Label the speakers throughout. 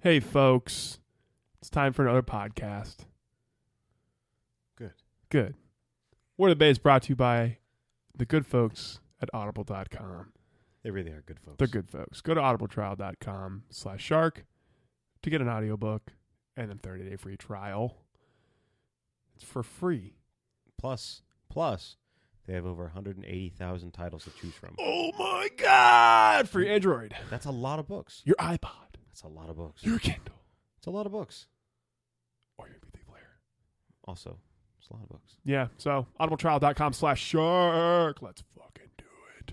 Speaker 1: Hey, folks. It's time for another podcast.
Speaker 2: Good.
Speaker 1: Good. Word of the Bay is brought to you by the good folks at audible.com.
Speaker 2: They really are good folks.
Speaker 1: They're good folks. Go to audibletrial.com slash shark to get an audiobook and then 30 day free trial. It's for free.
Speaker 2: Plus, plus, they have over 180,000 titles to choose from.
Speaker 1: Oh my God! For your Android,
Speaker 2: That's a lot of books.
Speaker 1: your iPod,
Speaker 2: That's a lot of books.
Speaker 1: your Kindle,
Speaker 2: It's a lot of books.
Speaker 1: or your MP3 player.
Speaker 2: Also, it's a lot of books.
Speaker 1: Yeah, so audibletrial.com slash shark. Let's fucking do it.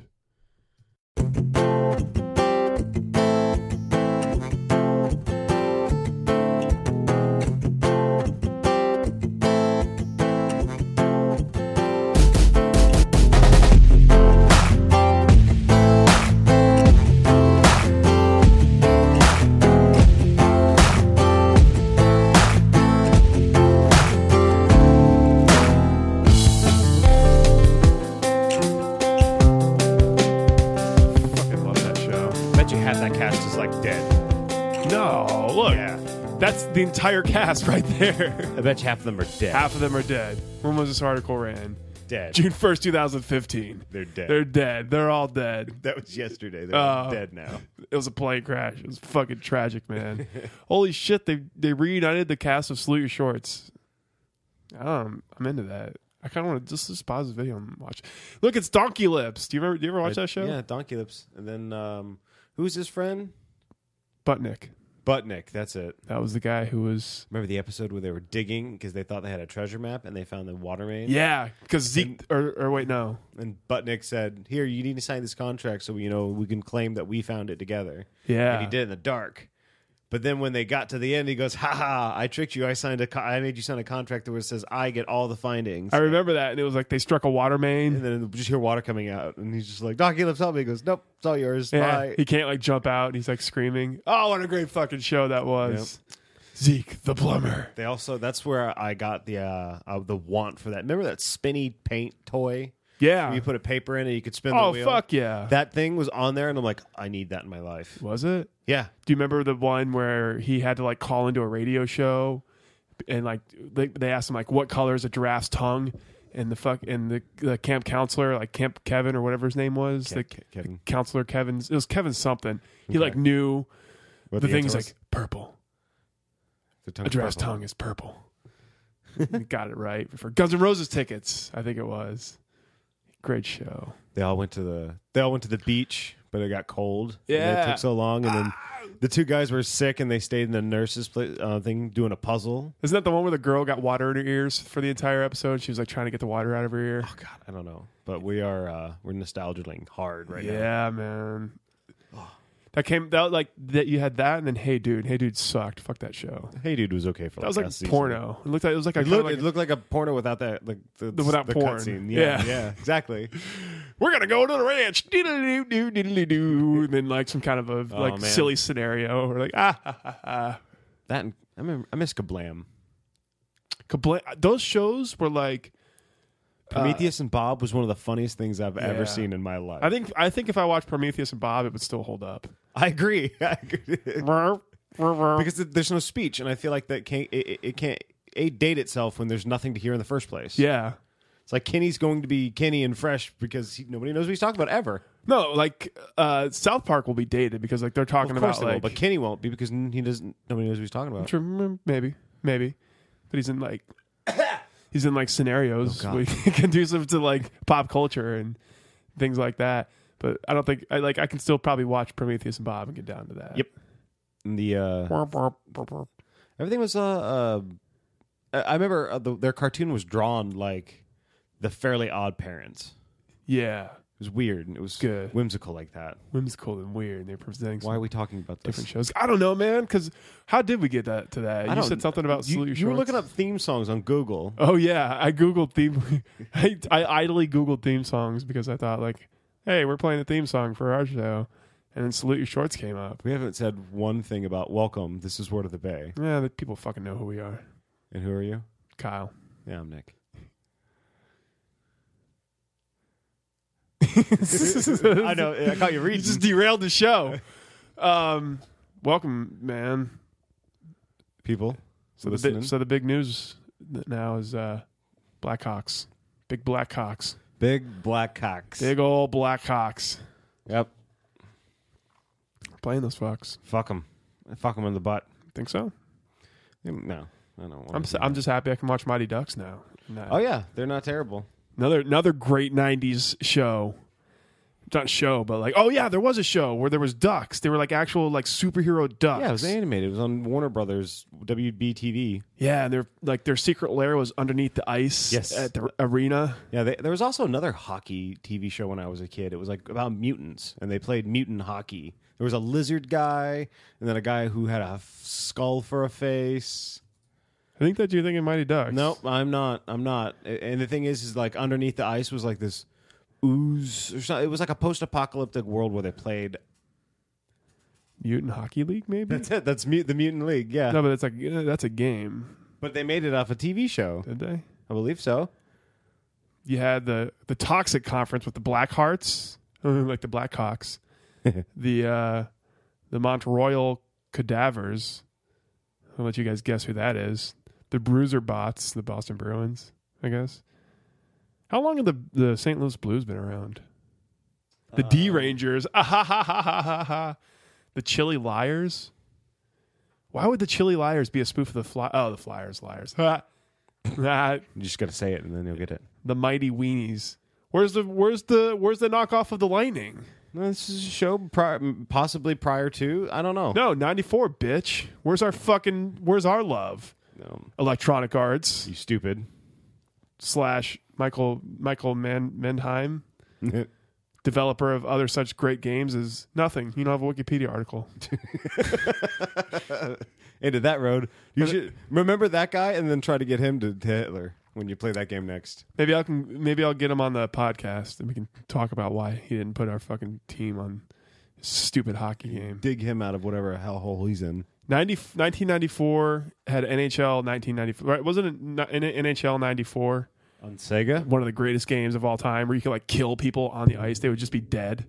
Speaker 1: Fucking love that show.
Speaker 3: Bet you half that cast is like dead.
Speaker 1: No, look.
Speaker 3: Yeah.
Speaker 1: That's the entire cast right there.
Speaker 3: I bet you half of them are dead.
Speaker 1: Half of them are dead. When was this article ran?
Speaker 3: dead.
Speaker 1: June 1st, 2015.
Speaker 3: They're dead.
Speaker 1: They're dead. They're all dead.
Speaker 3: that was yesterday. They're
Speaker 1: Uh,
Speaker 3: dead now.
Speaker 1: It was a plane crash. It was fucking tragic, man. Holy shit, they they reunited the cast of Salute Your Shorts. I don't know, I'm into that. I kind of want to just, just pause the video and watch. Look, it's Donkey Lips. Do you remember? Do you ever watch
Speaker 2: Uh,
Speaker 1: that show?
Speaker 2: Yeah, Donkey Lips. And then, um, who's his friend?
Speaker 1: Buttnick.
Speaker 2: Buttnick. That's it.
Speaker 1: That was the guy who was.
Speaker 2: Remember the episode where they were digging because they thought they had a treasure map and they found the water main?
Speaker 1: Yeah, because Zeke or, or wait, no,
Speaker 2: And Buttnick said, Here, you need to sign this contract so you know we can claim that we found it together.
Speaker 1: yeah,
Speaker 2: And he did in the dark. But then when they got to the end, he goes, "Ha ha! I tricked you. I signed a. Co- I made you sign a contract where it says I get all the findings."
Speaker 1: I remember that, and it was like they struck a water main.
Speaker 2: and then just hear water coming out, and he's just like, "Donkey lives help me." He goes, "Nope, it's all yours."
Speaker 1: Yeah,
Speaker 2: Bye.
Speaker 1: he can't like jump out, and he's like screaming. Oh, what a great fucking show that was! Zeke the plumber.
Speaker 2: They also that's where I got the uh, uh the want for that. Remember that spinny paint toy?
Speaker 1: Yeah.
Speaker 2: Where you put a paper in and you could spin.
Speaker 1: Uh. oh
Speaker 2: the wheel?
Speaker 1: fuck yeah!
Speaker 2: That thing was on there, and I'm like, I need that in my life.
Speaker 1: was it.
Speaker 2: Yeah,
Speaker 1: Do you remember the one where he had to like call into a radio show and like they, they asked him like what color is a giraffe's tongue and the fuck and the, the camp counselor like camp Kevin or whatever his name was the,
Speaker 2: Ke- Kevin.
Speaker 1: the counselor Kevin's it was Kevin something he like knew
Speaker 2: What
Speaker 1: the thing's
Speaker 2: answer was?
Speaker 1: like purple
Speaker 2: the tongue
Speaker 1: a giraffe's
Speaker 2: purple.
Speaker 1: tongue is purple got it right for Guns N' Roses tickets I think it was great show
Speaker 2: They all went to the they all went to the beach, but it got cold. and
Speaker 1: Yeah. Ah.
Speaker 2: it took so long, and then the two guys were sick, and they stayed in the nurses' place, uh, thing doing a puzzle.
Speaker 1: isn't that the one where the girl got water in her ears for the entire episode she was like trying to get the water out of her ear
Speaker 2: God, I don't know, but we are uh, we're nostalgicing hard right now.
Speaker 1: yeah, man.
Speaker 2: Oh.
Speaker 1: That came that like that you had that and then Hey Dude, Hey Dude sucked. Fuck that show.
Speaker 2: Hey, dude was okay for
Speaker 1: That
Speaker 2: like
Speaker 1: was like
Speaker 2: last season.
Speaker 1: porno. It looked like it was like a
Speaker 2: It looked,
Speaker 1: kinda like
Speaker 2: it looked like a porno without that, like the,
Speaker 1: The- without
Speaker 2: the
Speaker 1: porn.
Speaker 2: cutscene. Yeah,
Speaker 1: Yeah.
Speaker 2: yeah, exactly.
Speaker 1: we're gonna go to the ranch. Diddle-doo, doo, diddle-doo. And then like some kind of a like
Speaker 2: Oh, man.
Speaker 1: silly scenario or like ah ha, ha, ha.
Speaker 2: That and, I remember, I miss Kablam.
Speaker 1: Compla- those shows were like
Speaker 2: Prometheus and Bob was one of the funniest things I've
Speaker 1: Uh, Yeah.
Speaker 2: ever seen in my life.
Speaker 1: I think I think if I watched Prometheus and Bob it would still hold up.
Speaker 2: I agree. I agree.
Speaker 1: because
Speaker 2: because th- there's no speech, and I feel like that can't it, it- it can't a date itself when there's nothing to hear in the first place.
Speaker 1: yeah.
Speaker 2: it's like Kenny's going to be Kenny and fresh because he, nobody knows what he's talking about ever.
Speaker 1: No, like uh South Park will be dated because like they're talking
Speaker 2: Of
Speaker 1: about
Speaker 2: course, they will,
Speaker 1: like
Speaker 2: but Kenny won't be because n- he doesn't. Nobody knows what he's talking about.
Speaker 1: True, mm, maybe, maybe, but he's in like he's in like scenarios
Speaker 2: Oh, God.
Speaker 1: where- conducive to like pop culture and things like that. But I don't think I like I can still probably watch Prometheus and Bob and get down to that.
Speaker 2: Yep. And the uh, Everything was uh, uh I I remember uh, the, their cartoon was drawn like the Fairly Odd Parents.
Speaker 1: Yeah.
Speaker 2: was weird and it was
Speaker 1: Good.
Speaker 2: whimsical like that.
Speaker 1: whimsical and weird. And they're presenting
Speaker 2: Why
Speaker 1: some
Speaker 2: are we talking about this?
Speaker 1: different shows. I don't know, man. Because how did we get that to that?
Speaker 2: I
Speaker 1: you
Speaker 2: don't-
Speaker 1: said something about
Speaker 2: you,
Speaker 1: salute your
Speaker 2: you were
Speaker 1: shorts.
Speaker 2: looking up theme songs on Google.
Speaker 1: Oh yeah, I googled theme. I, I idly googled theme songs because I thought like, hey, we're playing a theme song for our show, and then salute your shorts came up.
Speaker 2: We haven't said one thing about welcome. This is Word of the Bay.
Speaker 1: Yeah, the people fucking know who we are.
Speaker 2: And who are you?
Speaker 1: Kyle.
Speaker 2: Yeah, I'm Nick.
Speaker 1: I
Speaker 2: I know. I caught you
Speaker 1: You
Speaker 2: reading.
Speaker 1: just derailed the show. Um, welcome, man.
Speaker 2: People.
Speaker 1: So the,
Speaker 2: listening.
Speaker 1: bi- so the big news th- now is uh, Blackhawks. Big Blackhawks.
Speaker 2: Big black cocks.
Speaker 1: Big old Blackhawks.
Speaker 2: Yep.
Speaker 1: Playing those fucks.
Speaker 2: Fuck them. Fuck them in the butt.
Speaker 1: Think so?
Speaker 2: No, I don't. Want
Speaker 1: I'm s
Speaker 2: to
Speaker 1: am just happy I can watch Mighty Ducks now. No.
Speaker 2: Oh yeah, they're not terrible.
Speaker 1: Another another great '90s show. Not show, but like, oh yeah, there was a show where there was ducks. They were like actual like superhero ducks.
Speaker 2: Yeah, it was animated. It was on Warner Brothers WB TV.
Speaker 1: Yeah, and their like their secret lair was underneath the ice
Speaker 2: Yes.
Speaker 1: at the arena.
Speaker 2: Yeah, they, there was also another hockey TV show when I was a kid. It was like about mutants, and they played mutant hockey. There was a lizard guy, and then a guy who had a f- skull for a face.
Speaker 1: I think that you're thinking Mighty Ducks.
Speaker 2: Nope, I'm not. I'm not. A- And the thing is, is like underneath the ice was like this ooze. Or something. It was like a post-apocalyptic world where they played.
Speaker 1: Mutant Hockey League, maybe.
Speaker 2: That's it. That's mute, the mutant league. Yeah,
Speaker 1: no, but it's like uh, that's a game,
Speaker 2: but they made it off a TV show.
Speaker 1: did they?
Speaker 2: I believe so.
Speaker 1: You had the the Toxic Conference with the Black Hearts, like the Blackhawks, the uh, the Mont Royal Cadavers. I'll let you guys guess who that is. The Bruiser Bots, the Boston Bruins, I guess. How long have the the St. Louis Blues been around? The D Rangers, ah ha ha ha ha ha ha. The Chili Liars. Why would the Chili Liars be a spoof of the Fly? Oh, the Flyers Liars.
Speaker 2: Uh,
Speaker 1: Ha. Ah,
Speaker 2: You just got to say it, and then you'll get it.
Speaker 1: the mighty weenies. Where's the where's the where's the knockoff of the lightning?
Speaker 2: No, this is a show prior, possibly prior to. I don't know.
Speaker 1: No, ninety four, bitch. Where's our fucking where's our love?
Speaker 2: No.
Speaker 1: Electronic Arts
Speaker 2: You stupid.
Speaker 1: slash Michael Michael Man, Mendheim, developer of other such great games, is nothing. You don't have a Wikipedia article.
Speaker 2: Into that road. You should remember that guy and then try to get him to, to Hitler when you play that game next.
Speaker 1: Maybe I can maybe I'll get him on the podcast and we can talk about why he didn't put our fucking team on his stupid hockey game.
Speaker 2: Dig him out of whatever hellhole he's in.
Speaker 1: 90, 1994 had NHL 1994. Right, wasn't it n- N- NHL 94?
Speaker 2: On Sega?
Speaker 1: one of the greatest games of all time where you could like kill people on the ice they would just be dead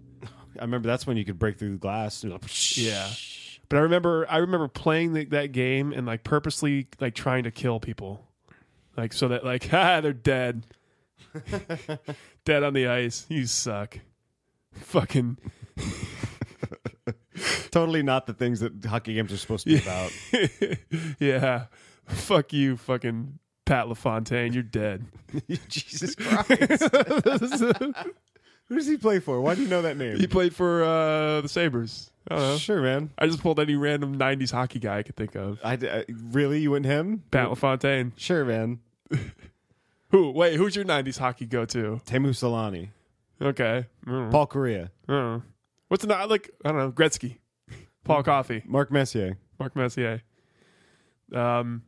Speaker 2: I remember that's when you could break through the glass. and-
Speaker 1: yeah but i remember i remember playing the, that game and like purposely like trying to kill people like so that like ha they're dead dead on the ice you suck fucking
Speaker 2: Totally not the things that hockey games are supposed to be about.
Speaker 1: yeah fuck you fucking pat lafontaine you're dead
Speaker 2: Jesus Christ. Who does he play for? Why do you know that
Speaker 1: he
Speaker 2: name? Uh,
Speaker 1: played for uh the sabres I, don't know.
Speaker 2: Sure, man.
Speaker 1: I just pulled any random 90s hockey guy i could think of
Speaker 2: I, I- really? You and him?
Speaker 1: pat lafontaine
Speaker 2: Sure, man.
Speaker 1: Who? Wait, who's your '90s hockey go-to?
Speaker 2: Temu Solani.
Speaker 1: Okay, I don't know.
Speaker 2: Paul Correa.
Speaker 1: I don't know. what's not like? I don't know. Gretzky, Paul Coffey,
Speaker 2: Mark Messier.
Speaker 1: Mark Messier, um,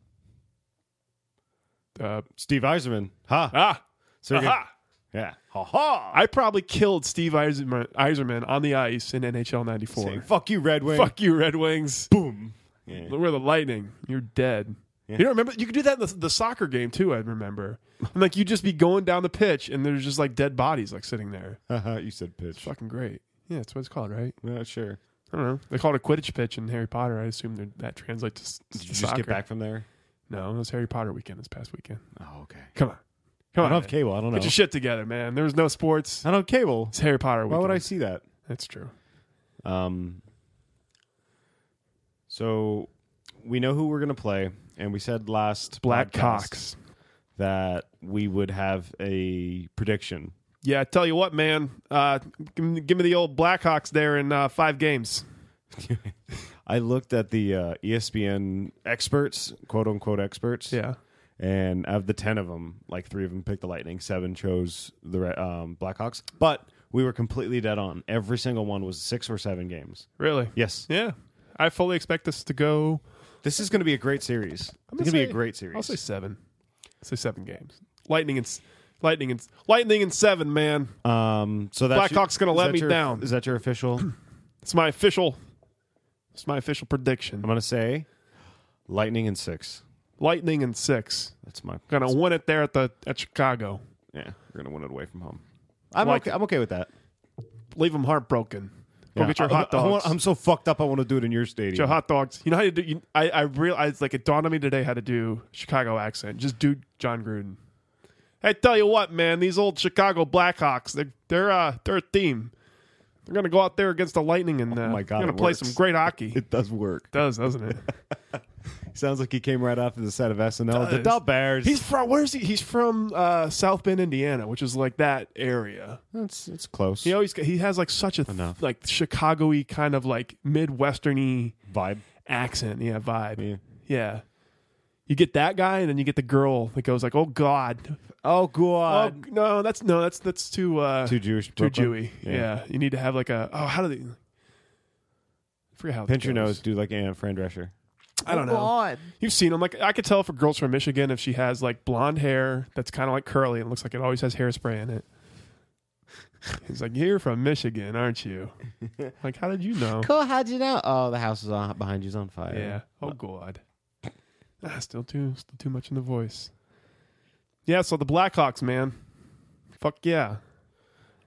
Speaker 1: uh,
Speaker 2: Steve Eiserman. Ha.
Speaker 1: ah,
Speaker 2: Sergey-
Speaker 1: aha.
Speaker 2: Yeah. Ha ha.
Speaker 1: I probably killed Steve Eiserman, Eiserman on the ice in NHL '94.
Speaker 2: Say, Fuck you, Red Wing.
Speaker 1: Fuck you, Red Wings.
Speaker 2: Boom. Yeah.
Speaker 1: We're the Lightning. You're dead. You don't remember? You could do that in the, the soccer game too. I remember. And like you'd just be going down the pitch, and there's just like dead bodies like sitting there.
Speaker 2: Haha, you said pitch.
Speaker 1: Fucking great. Yeah, that's what it's called, right?
Speaker 2: Yeah, sure.
Speaker 1: I don't know. They called it a Quidditch pitch in Harry Potter. I assume they're- that translates to, s- to
Speaker 2: Did you just
Speaker 1: soccer.
Speaker 2: get back from there?
Speaker 1: No, it was Harry Potter weekend this past weekend.
Speaker 2: Oh, okay.
Speaker 1: Come on,
Speaker 2: I
Speaker 1: come
Speaker 2: don't
Speaker 1: on,
Speaker 2: have
Speaker 1: man.
Speaker 2: cable. I don't know.
Speaker 1: get your shit together, man. There was no sports.
Speaker 2: I don't have cable.
Speaker 1: It's Harry Potter
Speaker 2: Why
Speaker 1: weekend.
Speaker 2: would I see that?
Speaker 1: That's true.
Speaker 2: Um. So we know who we're gonna play, and we said last
Speaker 1: Black
Speaker 2: podcast
Speaker 1: Cox.
Speaker 2: that we would have a prediction.
Speaker 1: Yeah, I tell you what, man. Uh, give, me, give me the old Blackhawks there in uh, five games.
Speaker 2: I looked at the uh, ESPN experts, quote unquote experts.
Speaker 1: Yeah,
Speaker 2: and of the ten of them, like three of them picked the Lightning, seven chose the Re- um, Blackhawks. But we were completely dead on. Every single one was six or seven games.
Speaker 1: Really?
Speaker 2: Yes.
Speaker 1: Yeah. I fully expect this to go.
Speaker 2: This is going to be a great series.
Speaker 1: I'm
Speaker 2: It's going to be
Speaker 1: gonna
Speaker 2: a
Speaker 1: say-
Speaker 2: great series.
Speaker 1: I'll say seven. I'll say seven games. Lightning and s- lightning and s- lightning and seven. Man,
Speaker 2: um, so that's
Speaker 1: Blackhawk's gonna
Speaker 2: is
Speaker 1: let
Speaker 2: that
Speaker 1: me
Speaker 2: your-
Speaker 1: down.
Speaker 2: Is that your official? I'm
Speaker 1: it's my official. It's my official prediction.
Speaker 2: going to say Lightning and six.
Speaker 1: Lightning and six.
Speaker 2: That's my
Speaker 1: Gonna win it there at the at Chicago.
Speaker 2: Yeah, we're going to win it away from home. I'm
Speaker 1: Like
Speaker 2: okay.
Speaker 1: it.
Speaker 2: I'm okay with that.
Speaker 1: Leave them heartbroken. Go
Speaker 2: Yeah.
Speaker 1: get your
Speaker 2: I-
Speaker 1: hot
Speaker 2: I- I
Speaker 1: dogs.
Speaker 2: want- I'm so fucked up. I want to do it in your stadium.
Speaker 1: Get your hot dogs. You know how you do. You, I I realized like it dawned on me today how to do Chicago accent. Just do John Gruden. I tell you what, man, these old Chicago Blackhawks, they're they're uh, they're a team. They're gonna go out there against the Lightning and uh,
Speaker 2: my God,
Speaker 1: they're gonna
Speaker 2: it
Speaker 1: play
Speaker 2: works.
Speaker 1: some great hockey. It
Speaker 2: It does work.
Speaker 1: does, doesn't it?
Speaker 2: Sounds like he came right off the set of SNL. The
Speaker 1: does.
Speaker 2: Dub Bears.
Speaker 1: He's from where's he? He's from uh, South Bend, Indiana, which is like that area.
Speaker 2: That's it's close.
Speaker 1: He always he has like such a th-
Speaker 2: Enough.
Speaker 1: like Chicago-y kind of like Midwestern-y
Speaker 2: vibe.
Speaker 1: accent, yeah, vibe.
Speaker 2: Yeah.
Speaker 1: Yeah. You get that guy, and then you get the girl that goes like, "Oh God,
Speaker 2: Oh
Speaker 1: oh
Speaker 2: god.
Speaker 1: no, that's no, that's that's too uh,
Speaker 2: Too Jewish.
Speaker 1: too
Speaker 2: Brooklyn.
Speaker 1: Jewy." Yeah. you need to have like a oh, how do they? I forget how. it
Speaker 2: Pinch your
Speaker 1: goes.
Speaker 2: nose, do like Anne Fran Drescher.
Speaker 1: I don't know. You've seen them. Like I could tell for girls from Michigan if she has like blonde hair that's kind of like curly and looks like it always has hairspray in it. He's like, "You're from Michigan, aren't you?" Like, how did you know?
Speaker 2: Cool. How'd you know? Oh, the house is on behind you's on fire.
Speaker 1: Yeah. Oh God. Ah, still too still too much in the voice. Yeah, so the Blackhawks, man. Fuck yeah.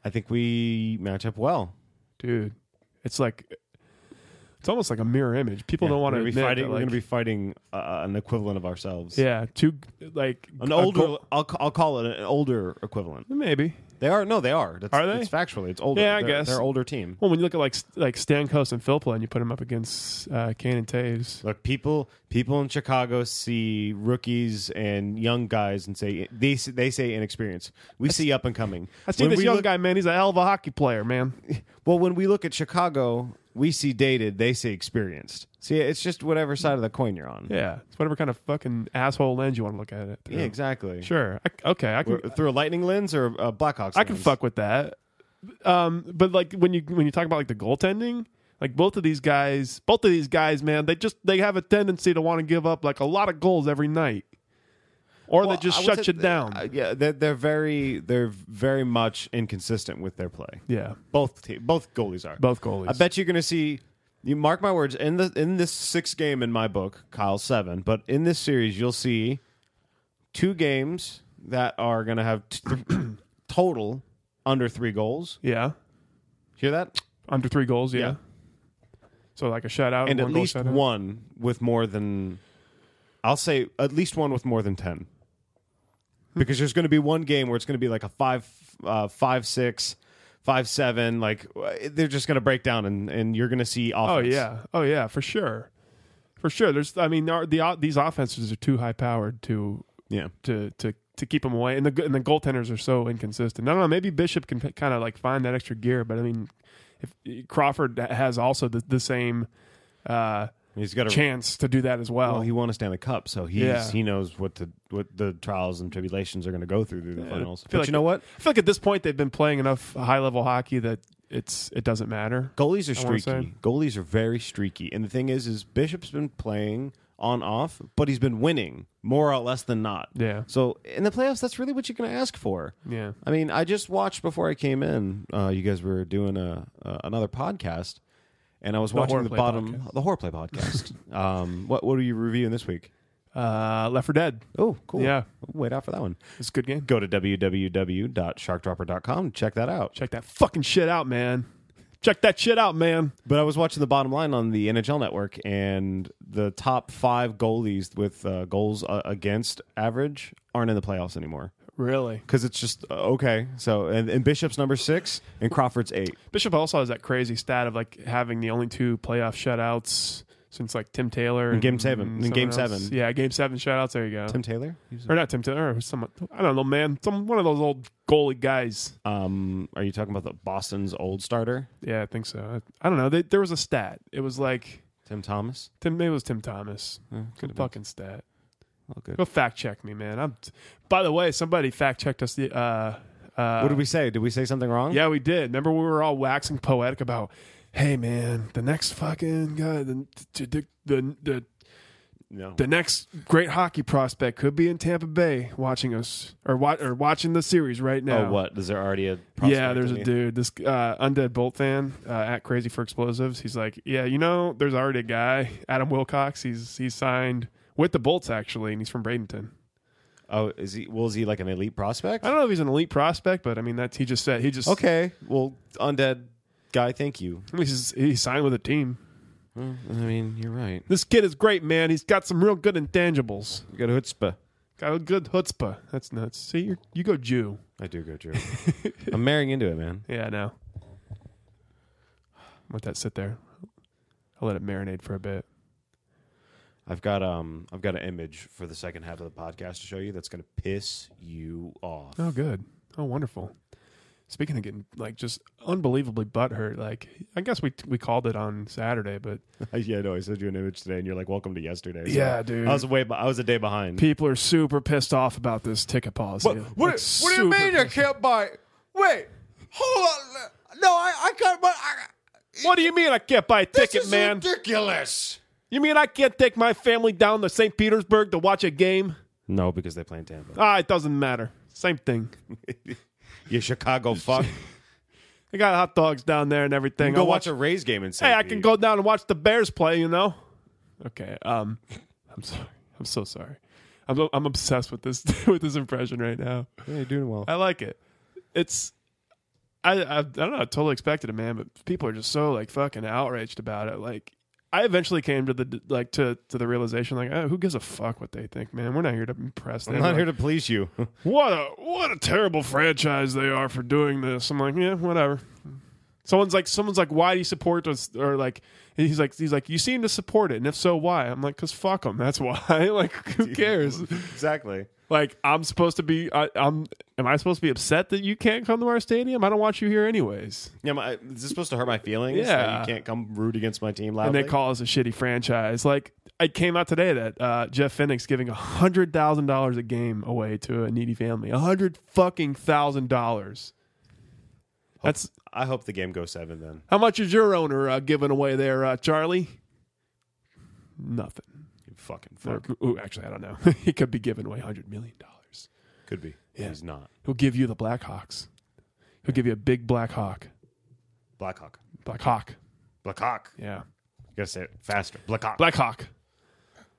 Speaker 2: I think we match up well.
Speaker 1: Dude. It's like it's almost like a mirror image. People
Speaker 2: Yeah,
Speaker 1: don't want to
Speaker 2: we're gonna be
Speaker 1: admit
Speaker 2: fighting.
Speaker 1: that,
Speaker 2: we're
Speaker 1: like,
Speaker 2: gonna be fighting uh, an equivalent of ourselves.
Speaker 1: Yeah, two like
Speaker 2: An
Speaker 1: a
Speaker 2: older.
Speaker 1: go-
Speaker 2: I'll, ca- I'll call it an older equivalent.
Speaker 1: maybe.
Speaker 2: They are. No, they are. That's,
Speaker 1: Are they?
Speaker 2: It's factually. It's older.
Speaker 1: Yeah, I
Speaker 2: they're,
Speaker 1: guess.
Speaker 2: they're older team.
Speaker 1: Well, when you look at like st- like Stamkos and Philpott and you put them up against uh, Kane and Taves,
Speaker 2: Look, people people in Chicago see rookies and young guys and say they s- they say inexperience. We see up and coming.
Speaker 1: I see
Speaker 2: When
Speaker 1: this
Speaker 2: we
Speaker 1: young
Speaker 2: look-
Speaker 1: guy, man. He's a hell of a hockey player, man.
Speaker 2: Well, when we look at Chicago, we see dated, they say experienced. See, it's just whatever side of the coin you're on.
Speaker 1: Yeah, it's whatever kind of fucking asshole lens you want to look at it.
Speaker 2: Yeah,
Speaker 1: through.
Speaker 2: exactly.
Speaker 1: Sure. I, okay, I can
Speaker 2: We're- through a lightning lens or a Blackhawks.
Speaker 1: I can
Speaker 2: lens?
Speaker 1: fuck with that. Um, but like when you when you talk about like the goaltending, like both of these guys, both of these guys, man, they just they have a tendency to want to give up like a lot of goals every night, or
Speaker 2: Well,
Speaker 1: they just
Speaker 2: I would
Speaker 1: shut
Speaker 2: say-
Speaker 1: you down.
Speaker 2: uh, yeah, they're, they're very they're very much inconsistent with their play.
Speaker 1: yeah,
Speaker 2: Both te- both goalies are.
Speaker 1: both goalies.
Speaker 2: I bet you're going to see. You mark my words in the in this sixth game in my book, Kyle seven, but in this series you'll see two games that are going to have t- total under three goals.
Speaker 1: Yeah,
Speaker 2: Hear that?
Speaker 1: under three goals. Yeah.
Speaker 2: Yeah.
Speaker 1: So like a shutout one
Speaker 2: and at
Speaker 1: goal
Speaker 2: least
Speaker 1: shutout.
Speaker 2: one with more than I'll say at least one with more than 10.
Speaker 1: Hmm.
Speaker 2: Because there's going to be one game where it's going to be like a 5 uh, five, six, five, seven, like uh, they're just going to break down and and you're going to see
Speaker 1: Oh
Speaker 2: offense.
Speaker 1: yeah, oh yeah, for sure, for sure. There's, I mean, there are, the these offenses are too high powered to
Speaker 2: Yeah.
Speaker 1: to to to keep them away. And the and the goaltenders are so inconsistent. I don't know. Maybe Bishop can kind of like find that extra gear, but I mean, if Crawford has also the, the same uh,
Speaker 2: He's got a
Speaker 1: chance to do that as well.
Speaker 2: Well, he won a Stanley Cup, so he's
Speaker 1: Yeah.
Speaker 2: he knows what the what the trials and tribulations are going to go through through the
Speaker 1: I
Speaker 2: finals.
Speaker 1: feel
Speaker 2: But
Speaker 1: like-
Speaker 2: you know what?
Speaker 1: I feel like at this point they've been playing enough high level hockey that it's it doesn't matter.
Speaker 2: Goalies are
Speaker 1: I wanna say.
Speaker 2: streaky. Goalies are very streaky. And the thing is, is Bishop's been playing on off, but he's been winning more or less than not.
Speaker 1: Yeah.
Speaker 2: So in the playoffs, that's really what you're going to ask for.
Speaker 1: Yeah.
Speaker 2: I mean, I just watched before I came in. Uh, you guys were doing a uh, another podcast, and I was watching the
Speaker 1: Horrorplay
Speaker 2: bottom
Speaker 1: podcast.
Speaker 2: the horror play podcast. um, what what are you reviewing this week?
Speaker 1: Uh, Left for Dead.
Speaker 2: Oh, cool.
Speaker 1: Yeah.
Speaker 2: Wait out for that one.
Speaker 1: It's a good game.
Speaker 2: Go to www.sharkdropper.com. Check that out.
Speaker 1: Check that fucking shit out, man. Check that shit out, man.
Speaker 2: But I was watching the bottom line on the NHL Network, and the top five goalies with uh, goals uh, against average aren't in the playoffs anymore
Speaker 1: Really.
Speaker 2: because it's just uh, okay. So and, and Bishop's number six and Crawford's eight.
Speaker 1: Bishop also has that crazy stat of like having the only two playoff shutouts since like Tim Taylor and
Speaker 2: Game seven. In game
Speaker 1: someone else.
Speaker 2: seven.
Speaker 1: Yeah, game seven shutouts. There you go.
Speaker 2: Tim Taylor.
Speaker 1: Oh. or not Tim Taylor. Or someone. I don't know, man. Some one of those old goalie guys.
Speaker 2: Um, are you talking about the Boston's old starter,
Speaker 1: Yeah, I think so. I, I don't know. They, there was a stat. It was like
Speaker 2: Tim Thomas?
Speaker 1: Tim. Maybe it was Tim Thomas. Good fucking stat.
Speaker 2: Oh, good.
Speaker 1: Go fact check me, man. I'm. By the way, somebody fact checked us the uh,
Speaker 2: what did we say? Did we say something wrong?
Speaker 1: Yeah, we did. Remember, we were all waxing poetic about, hey man, the next fucking guy, the the the the,
Speaker 2: No.
Speaker 1: the next great hockey prospect could be in Tampa Bay watching us or wa- or watching the series right now.
Speaker 2: Oh, what? Is there already a?
Speaker 1: yeah,
Speaker 2: prospect
Speaker 1: there's
Speaker 2: in
Speaker 1: a
Speaker 2: the-
Speaker 1: dude, this uh, undead bolt fan uh, at Crazy for Explosives. He's like, yeah, you know, there's already a guy, Adam Wilcox. He's he's signed with the Bolts actually, and he's from Bradenton.
Speaker 2: Oh, is he? Well, is he like an elite prospect?
Speaker 1: I don't know if he's an elite prospect, but I mean that's he just said he just
Speaker 2: Okay. Well, undead guy. Thank you.
Speaker 1: he's, he signed with a team.
Speaker 2: I mean, you're right.
Speaker 1: This kid is great, man. He's got some real good intangibles.
Speaker 2: You got a chutzpah.
Speaker 1: Got a good chutzpah. That's nuts. See, you're, you go Jew.
Speaker 2: I do go Drew. I'm marrying into it, man.
Speaker 1: Yeah, I know. Let that sit there. I'll let it marinate for a bit.
Speaker 2: I've got um, I've got an image for the second half of the podcast to show you that's going to piss you off.
Speaker 1: Oh, good. Oh, wonderful. Speaking of getting like just unbelievably butthurt, like I guess we we called it on Saturday, but
Speaker 2: yeah, no, I sent you an image today, and you're like, "Welcome to yesterday." So
Speaker 1: Yeah, dude.
Speaker 2: I was way, be- I was a day behind.
Speaker 1: people are super pissed off about this ticket policy. Like, super pissed.
Speaker 2: can't buy? Wait, hold on. No, I, I can't buy.
Speaker 1: What do you mean I can't buy a ticket, man?
Speaker 2: ridiculous.
Speaker 1: You mean I can't take my family down to St. Petersburg to watch a game?
Speaker 2: No, because they play in Tampa.
Speaker 1: Ah, it doesn't matter. Same thing.
Speaker 2: you Chicago fuck.
Speaker 1: They got hot dogs down there and everything.
Speaker 2: Go
Speaker 1: I'll
Speaker 2: watch a Rays game in St.
Speaker 1: Hey, I can go down and watch the Bears play. You know. Okay. Um, I'm sorry. I'm so sorry. I'm I'm obsessed with this with this impression right now.
Speaker 2: Yeah, you're doing well.
Speaker 1: I like it. It's. I, I I don't know. I totally expected it, man. But people are just so like fucking outraged about it. Like, I eventually came to the like to to the realization like, oh, who gives a fuck what they think, man? We're not here to impress them.
Speaker 2: I'm not here to please you.
Speaker 1: what a what a terrible franchise they are for doing this. I'm like, yeah, whatever. Someone's like, someone's like, why do you support us? Or like, and he's like, he's like, you seem to support it, and if so, why? I'm like, cause fuck them. That's why. like, who cares?
Speaker 2: exactly.
Speaker 1: like, I'm supposed to be. I, I'm. Am I supposed to be upset that you can't come to our stadium? I don't want you here anyways.
Speaker 2: Yeah, my, is this supposed to hurt my feelings?
Speaker 1: Yeah.
Speaker 2: that you can't come root against my team
Speaker 1: And
Speaker 2: loudly.
Speaker 1: they call us a shitty franchise. Like, it came out today that uh, Jeff Finnick's giving a hundred thousand dollars a game away to a needy family. A hundred fucking thousand dollars. That's
Speaker 2: I hope the game goes seven then.
Speaker 1: How much is your owner uh, giving away there, uh, Charlie? Nothing.
Speaker 2: You fucking
Speaker 1: Or,
Speaker 2: fuck.
Speaker 1: ooh, actually, I don't know. he could be giving away hundred million dollars.
Speaker 2: Could be.
Speaker 1: Yeah.
Speaker 2: He's not.
Speaker 1: He'll give you the Blackhawks. He'll give you a big Black Hawk.
Speaker 2: Black Hawk.
Speaker 1: Black Hawk.
Speaker 2: Black Hawk.
Speaker 1: Yeah.
Speaker 2: You gotta say it faster. Black Hawk.
Speaker 1: Black Hawk.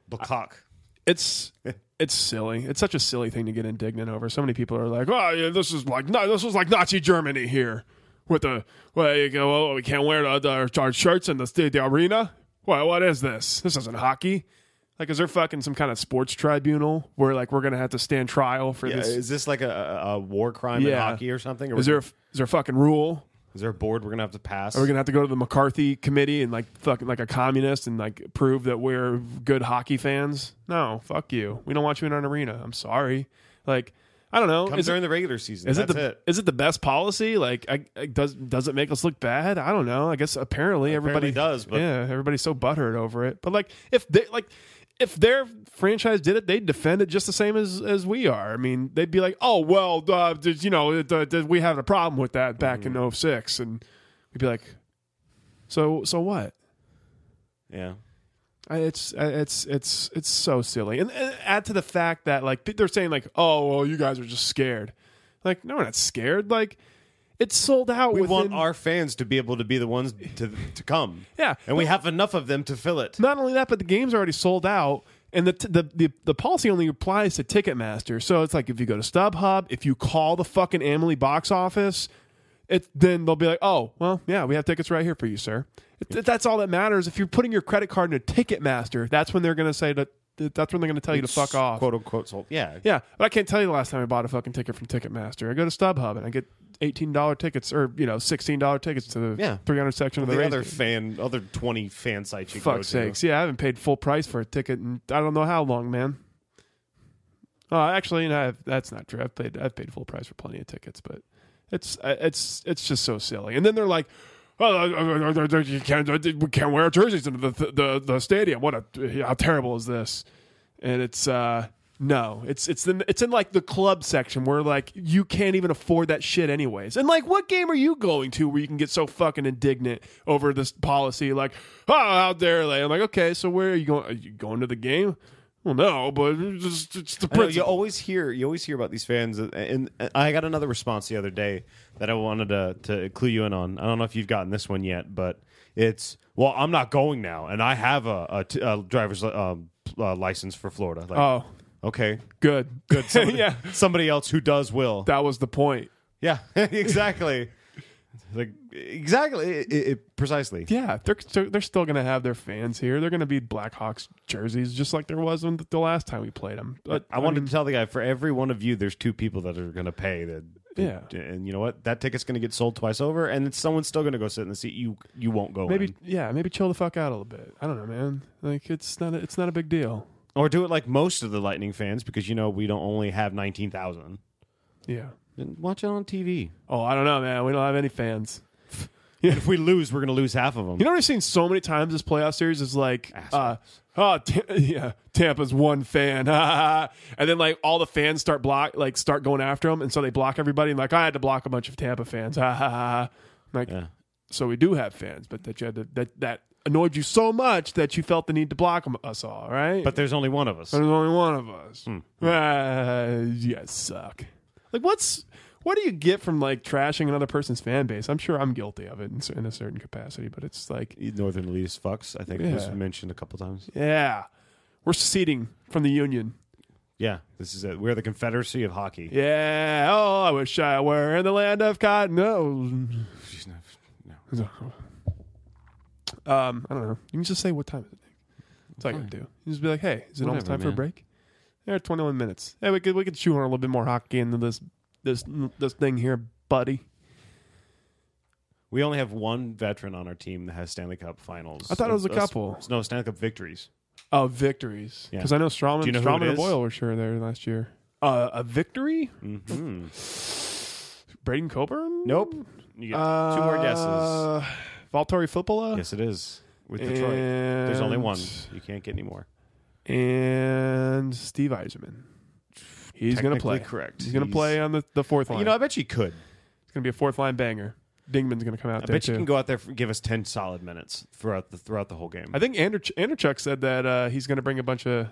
Speaker 2: Black Hawk.
Speaker 1: It's it's silly. It's such a silly thing to get indignant over. So many people are like, "Oh, yeah, this is like no, this was like Nazi Germany here with the well, you go, oh, we can't wear the, the, our shirts in the sta- the arena. Well, what is this? This isn't hockey. Like, is there fucking some kind of sports tribunal where like we're gonna have to stand trial for
Speaker 2: Yeah,
Speaker 1: this?
Speaker 2: is this like a, a, a war crime in
Speaker 1: Yeah.
Speaker 2: hockey or something? Or
Speaker 1: Is there a, is there a fucking rule?
Speaker 2: is there a board we're gonna have to pass?
Speaker 1: We're gonna have to go to the McCarthy committee and like fucking like a communist and like prove that we're good hockey fans. No, fuck you. We don't want you in our arena. I'm sorry. Like I don't know.
Speaker 2: come
Speaker 1: is
Speaker 2: during
Speaker 1: it,
Speaker 2: the regular season.
Speaker 1: is
Speaker 2: That's
Speaker 1: it the
Speaker 2: it.
Speaker 1: is it the best policy? Like I, I does does it make us look bad? I don't know. I guess apparently, everybody
Speaker 2: Apparently does, but-
Speaker 1: yeah, everybody's so butthurt over it. But like if they like if their franchise did it, they'd defend it just the same as as we are. I mean, they'd be like, "Oh well, uh, did- you know, it, uh, did- we had a problem with that back
Speaker 2: Mm-hmm.
Speaker 1: in 06. and we'd be like, "So so what?"
Speaker 2: Yeah.
Speaker 1: I- It's I- it's it's it's so silly, and, and add to the fact that like they're saying like, oh well, you guys are just scared. Like, no, we're not scared. Like, it's sold out.
Speaker 2: We
Speaker 1: within,
Speaker 2: want our fans to be able to be the ones to to come.
Speaker 1: Yeah.
Speaker 2: And we have enough of them to fill it.
Speaker 1: Not only that, but the game's already sold out, and the, t- the the the policy only applies to Ticketmaster. So it's like if you go to StubHub, if you call the fucking Emily box office, it then they'll be like, oh well, yeah, we have tickets right here for you, sir. It, that's all that matters. If you're putting your credit card into Ticketmaster, that's when they're gonna say that. That's when they're gonna tell you to fuck off.
Speaker 2: Quote unquote sold. Yeah.
Speaker 1: Yeah, but I can't tell you the last time I bought a fucking ticket from Ticketmaster. I go to StubHub and I get eighteen dollar tickets or you know sixteen dollar tickets to the
Speaker 2: Yeah.
Speaker 1: three hundred section of the,
Speaker 2: The
Speaker 1: Rays
Speaker 2: other
Speaker 1: game.
Speaker 2: fan, other twenty fan sites you go
Speaker 1: Fuck
Speaker 2: to.
Speaker 1: sakes! Yeah, I haven't paid full price for a ticket in I don't know how long, man. Oh, actually, no, I've, that's not true. I've paid I've paid full price for plenty of tickets, but it's uh, it's it's just so silly. And then they're like, "Well, uh, uh, uh, uh, you can't uh, we can't wear jerseys into the the, the stadium. What a how terrible is this?" And it's uh No, it's it's in it's in like the club section where like you can't even afford that shit anyways. And like, what game are you going to where you can get so fucking indignant over this policy? Like, oh, out there, like I'm like, okay, so where are you going? Are you going to the game? Well, no, but it's, just, it's the
Speaker 2: I know, you
Speaker 1: principle.
Speaker 2: always hear you always hear about these fans, uh, and, and I got another response the other day that I wanted to to clue you in on. I don't know if you've gotten this one yet, but it's well, I'm not going now, and I have a, a, t- a driver's li- um, uh, license for Florida. Like,
Speaker 1: Oh,
Speaker 2: okay,
Speaker 1: good, good.
Speaker 2: somebody,
Speaker 1: yeah,
Speaker 2: somebody else who does will.
Speaker 1: that was the point.
Speaker 2: yeah, exactly. like exactly, it, it, it- precisely.
Speaker 1: Yeah, they're they're- they're still gonna have their fans here. They're gonna be Blackhawks jerseys just like there was when the last time we played them. But um,
Speaker 2: I wanted to tell the guy for every one of you, there's two people that are going to pay that.
Speaker 1: Yeah.
Speaker 2: and you know what? That ticket's going to get sold twice over, and it's, someone's still going to go sit in the seat. You you won't go
Speaker 1: maybe
Speaker 2: in.
Speaker 1: yeah, maybe chill the fuck out a little bit. I don't know, man. Like it's not a, it's not a big deal.
Speaker 2: or do it like most of the Lightning fans because you know we don't only have nineteen thousand.
Speaker 1: Yeah.
Speaker 2: Then watch it on TV.
Speaker 1: Oh, I don't know, man. We don't have any fans.
Speaker 2: And if we lose, we're going to lose half of them.
Speaker 1: You know what I've seen so many times this playoff series is like, uh, oh, T- yeah, Tampa's one fan, and then like all the fans start block, like start going after him, and so they block everybody. And like I had to block a bunch of Tampa fans, like so we do have fans, but that you had to, that that annoyed you so much that you felt the need to block 'em- us all, right?
Speaker 2: but there's only one of us.
Speaker 1: There's only one of us. Ah, you guys suck. Like, what's what do you get from like trashing another person's fan base? I'm sure I'm guilty of it in, cer- in a certain capacity, but it's like,
Speaker 2: E, Northern elitist fucks. I think it was
Speaker 1: Yeah.
Speaker 2: mentioned a couple times.
Speaker 1: yeah, we're seceding from the union.
Speaker 2: Yeah, this is it. We're the Confederacy of hockey.
Speaker 1: Yeah. Oh, I wish I were in the land of cotton. No. Um, I don't know. You can just say what time is it. Nick? That's all you gotta do. You just be like, hey, is it almost
Speaker 2: Whatever,
Speaker 1: time for a
Speaker 2: man.
Speaker 1: break? Yeah, 21 minutes. Hey, we could we could chew on a little bit more hockey into this this this thing here, buddy.
Speaker 2: We only have one veteran on our team that has Stanley Cup Finals.
Speaker 1: I thought it was a
Speaker 2: Uh,
Speaker 1: couple.
Speaker 2: s- No, Stanley Cup victories.
Speaker 1: Oh, victories.
Speaker 2: Yeah.
Speaker 1: Because I know Strawman,
Speaker 2: Do you know who
Speaker 1: Strawman
Speaker 2: it
Speaker 1: and
Speaker 2: is?
Speaker 1: Boyle were sure there last year. Uh, a victory?
Speaker 2: Mm-hmm.
Speaker 1: Braden Coburn?
Speaker 2: Nope. You get two more guesses.
Speaker 1: Uh, Valtteri Filippola?
Speaker 2: Yes, it is with Detroit. There's only
Speaker 1: and-
Speaker 2: one. You can't get any more.
Speaker 1: And Steve Eiserman. He's going to play.
Speaker 2: Technically correct.
Speaker 1: He's going to
Speaker 2: He's-
Speaker 1: play on the, the fourth line.
Speaker 2: You know, I bet you could.
Speaker 1: it's going to be a fourth line banger. Dingman's going to come out
Speaker 2: I
Speaker 1: there
Speaker 2: bet
Speaker 1: too.
Speaker 2: you can go out there and give us ten solid minutes throughout the throughout the whole game.
Speaker 1: I think Ander, Anderchuk said that uh, he's going to bring a bunch of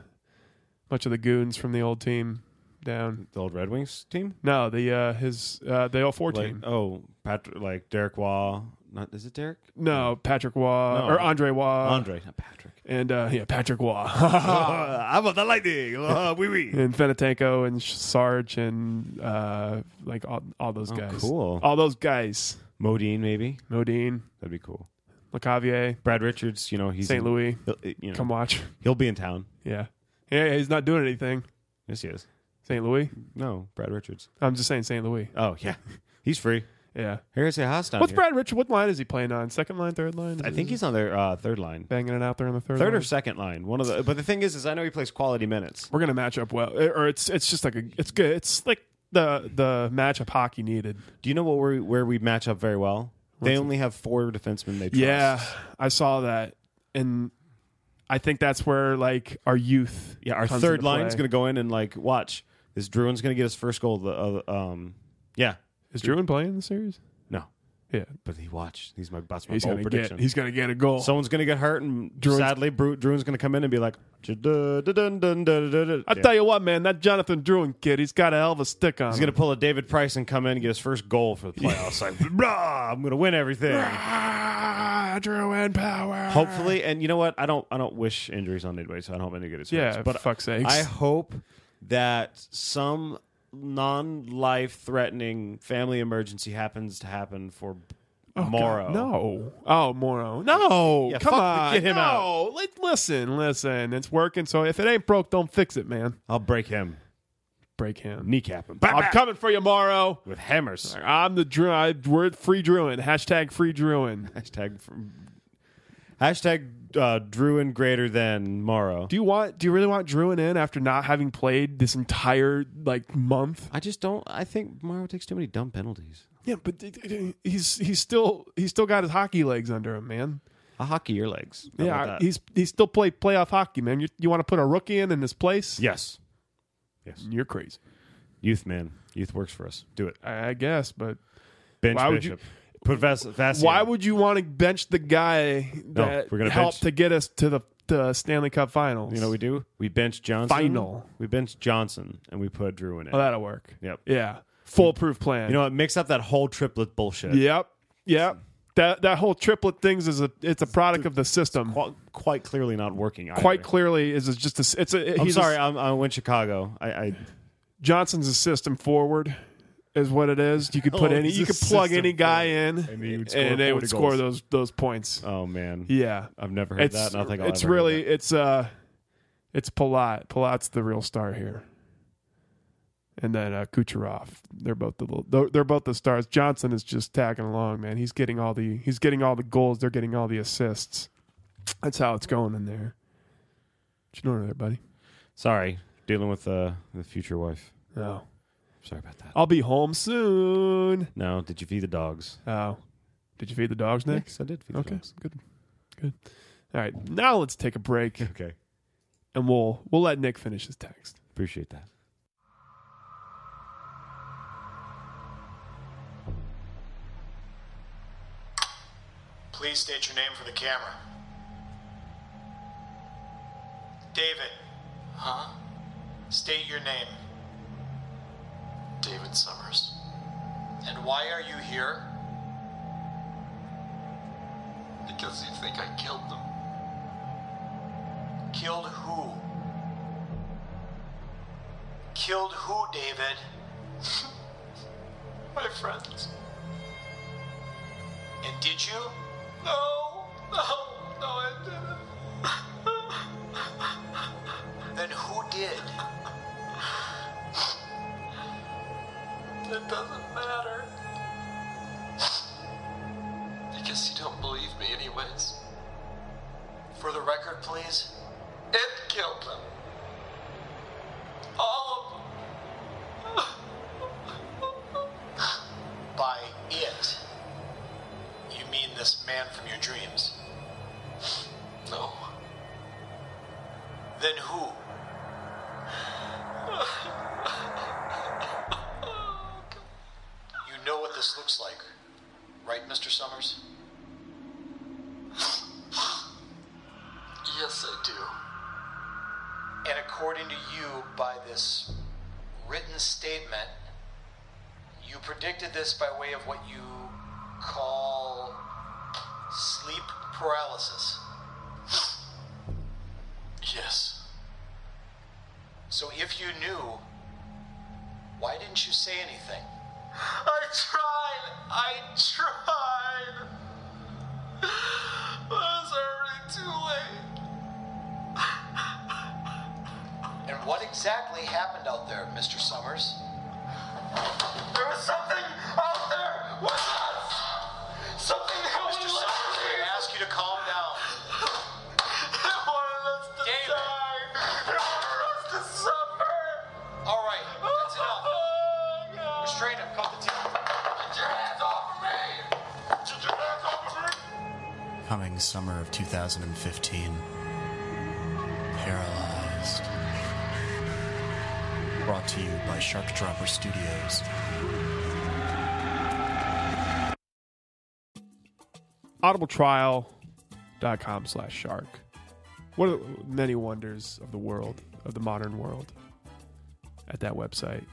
Speaker 1: bunch of the goons from the old team down.
Speaker 2: the old Red Wings team.
Speaker 1: No, the uh, his uh, the all four
Speaker 2: Like,
Speaker 1: team.
Speaker 2: oh, Patrick, like Derek Waugh. Not is it Derek?
Speaker 1: No, Patrick Waugh
Speaker 2: No.
Speaker 1: or Andre Waugh.
Speaker 2: Andre, not Patrick.
Speaker 1: and uh, yeah, Patrick Waugh
Speaker 2: I want the lightning. Uh, wee wee.
Speaker 1: and Fenatenko and Sarge and uh, like all, all those guys.
Speaker 2: Oh, cool.
Speaker 1: All those guys.
Speaker 2: Modine, maybe
Speaker 1: Modine,
Speaker 2: that'd be cool.
Speaker 1: LeCavier,
Speaker 2: Brad Richards, you know he's
Speaker 1: St.
Speaker 2: in-
Speaker 1: Louis.
Speaker 2: he'll- eh, You know,
Speaker 1: Come watch.
Speaker 2: he'll be in town.
Speaker 1: Yeah. Yeah, he's not doing anything.
Speaker 2: Yes, he is.
Speaker 1: St. Louis.
Speaker 2: No, Brad Richards.
Speaker 1: I'm just saying St. Louis.
Speaker 2: Oh yeah, he's free.
Speaker 1: Yeah.
Speaker 2: Here's a house down
Speaker 1: What's
Speaker 2: here.
Speaker 1: Brad Richard? What line is he playing on? Second line, third line?
Speaker 2: I think he's on their uh, third line,
Speaker 1: banging it out there on the third.
Speaker 2: third or
Speaker 1: line?
Speaker 2: second line. One of the. But the thing is, is I know he plays quality minutes.
Speaker 1: We're gonna match up well, or it's it's just like a it's good. It's like the the matchup hockey needed.
Speaker 2: Do you know what we where we match up very well? they only have four defensemen they trust.
Speaker 1: Yeah, I saw that, and I think that's where like our youth.
Speaker 2: yeah. Our
Speaker 1: comes
Speaker 2: third
Speaker 1: into
Speaker 2: line's
Speaker 1: play.
Speaker 2: going to go in and like watch this. Druin's going to get his first goal. of The of- um, yeah,
Speaker 1: Is Druin playing in the series?
Speaker 2: no,
Speaker 1: Yeah,
Speaker 2: but he watched. He's my that's my
Speaker 1: he's
Speaker 2: bold
Speaker 1: gonna
Speaker 2: prediction.
Speaker 1: get he's gonna get a goal.
Speaker 2: Someone's going to get hurt, and sadly, Bru- Druin's going to come in and be like,
Speaker 1: I tell you what, man, that Jonathan Druin kid, he's got a hell of a stick on.
Speaker 2: He's
Speaker 1: him.
Speaker 2: gonna pull a David Price and come in and get his first goal for the playoffs. like, "Rah, I'm gonna win everything.
Speaker 1: ah, Druin power.
Speaker 2: Hopefully, and you know what? I don't. I don't wish injuries on anybody, so I don't have any good experience.
Speaker 1: Yeah,
Speaker 2: but
Speaker 1: fuck's sakes.
Speaker 2: I hope that some non-life-threatening family emergency happens to happen for Morrow.
Speaker 1: Oh, No. Oh, Morrow. No.
Speaker 2: Yeah,
Speaker 1: Come
Speaker 2: fuck-
Speaker 1: on.
Speaker 2: get him
Speaker 1: no.
Speaker 2: out.
Speaker 1: Let- listen, listen. It's working. So if it ain't broke, don't fix it, man.
Speaker 2: I'll break him,
Speaker 1: Break him.
Speaker 2: kneecap him, Bah,
Speaker 1: I'm
Speaker 2: bah,
Speaker 1: coming for you, Morrow.
Speaker 2: with hammers.
Speaker 1: I'm the dru- I, we're free druin. Hashtag free druin.
Speaker 2: Hashtag. From, hashtag uh, Drew and greater than Morrow.
Speaker 1: Do you want? Do you really want druin in after not having played this entire like month?
Speaker 2: I just don't. I think Morrow takes too many dumb penalties.
Speaker 1: Yeah, but it- it- he's he's still he's still got his hockey legs under him, man.
Speaker 2: A hockey your legs. How about
Speaker 1: Yeah,
Speaker 2: that?
Speaker 1: he's he's still play playoff hockey, man. You, you want to put a rookie in in this place?
Speaker 2: yes. Yes.
Speaker 1: You're crazy.
Speaker 2: Youth, man. Youth works for us. Do it.
Speaker 1: I I guess, but
Speaker 2: Bench
Speaker 1: Why would
Speaker 2: Bishop. Put Vas- Vassie
Speaker 1: why
Speaker 2: on.
Speaker 1: would you want to bench the guy that
Speaker 2: we're gonna
Speaker 1: helped
Speaker 2: bench-
Speaker 1: to get us to the, the Stanley Cup Finals?
Speaker 2: You know what we do? We bench Johnson.
Speaker 1: Final.
Speaker 2: We bench Johnson and we put Drew in it.
Speaker 1: oh, that'll work.
Speaker 2: Yep.
Speaker 1: Yeah, foolproof plan.
Speaker 2: you know what? Mix up that whole triplet bullshit.
Speaker 1: Yep. Yep. That that whole triplet things is a it's a product of the system.
Speaker 2: Quite, quite clearly not working. either.
Speaker 1: Quite clearly, is it's just a, it's a.
Speaker 2: I'm
Speaker 1: he's a-
Speaker 2: sorry. i I'm, I went Chicago. I, I
Speaker 1: Johnson's a system forward, is what it is. You could put
Speaker 2: Oh,
Speaker 1: any,
Speaker 2: he's
Speaker 1: you
Speaker 2: a
Speaker 1: could plug
Speaker 2: system
Speaker 1: any guy in,
Speaker 3: And he would score
Speaker 1: and they
Speaker 3: 40
Speaker 1: would score
Speaker 3: goals.
Speaker 1: those those points.
Speaker 2: oh man.
Speaker 1: yeah,
Speaker 2: I've never heard
Speaker 1: it's
Speaker 2: that. and I don't think I'll
Speaker 1: it's
Speaker 2: ever hear
Speaker 1: really
Speaker 2: that.
Speaker 1: it's uh, it's Palat. Palat's the real star here, and then uh, Kucherov. They're both the little- they're, they're both the stars. Johnson is just tagging along, man. He's getting all the he's getting all the goals. They're getting all the assists. That's how it's going in there. What you doing there, buddy?
Speaker 2: sorry. Dealing with uh, the future wife.
Speaker 1: No,
Speaker 2: Sorry about that.
Speaker 1: I'll be home soon.
Speaker 2: No, did you feed the dogs?
Speaker 1: Oh. Did you feed the dogs, Nick?
Speaker 2: Yes, I did feed the
Speaker 1: Okay,
Speaker 2: dogs.
Speaker 1: good. Good. All right. Now let's take a break
Speaker 2: Okay.
Speaker 1: and we'll we'll let Nick finish his text.
Speaker 2: Appreciate that.
Speaker 4: Please state your name for the camera. David. Huh? State your name. David Summers. And why are you here? Because you think I killed them. Killed who? Killed who, David? My friends. And did you? No, no, no, I didn't. then who did? It doesn't matter. Because you don't believe me, anyways. For the record, please. It killed them. All of them. By it. You mean this man from your dreams? No. Then who? you know what this looks like, right, Mr. Summers? yes, I do. And according to you, by this written statement, you predicted this by way of what you call sleep paralysis. yes. So if you knew, why didn't you say anything? I tried! I tried! But it's already too late. And what exactly happened out there, Mr. Summers? There was something out there with us. Something that Mr. would let us I ask you to calm down. It wanted us to die. It wanted us to suffer. Oh, All right, that's enough. Restrain him. Cut the team. Get your hands off of me. Get your hands off of me.
Speaker 5: Coming summer of 2015. Paralyzed. Brought to you by Shark Dropper Studios.
Speaker 1: audibletrial.com slash shark. One of the many wonders of the world, of the modern world, at that website,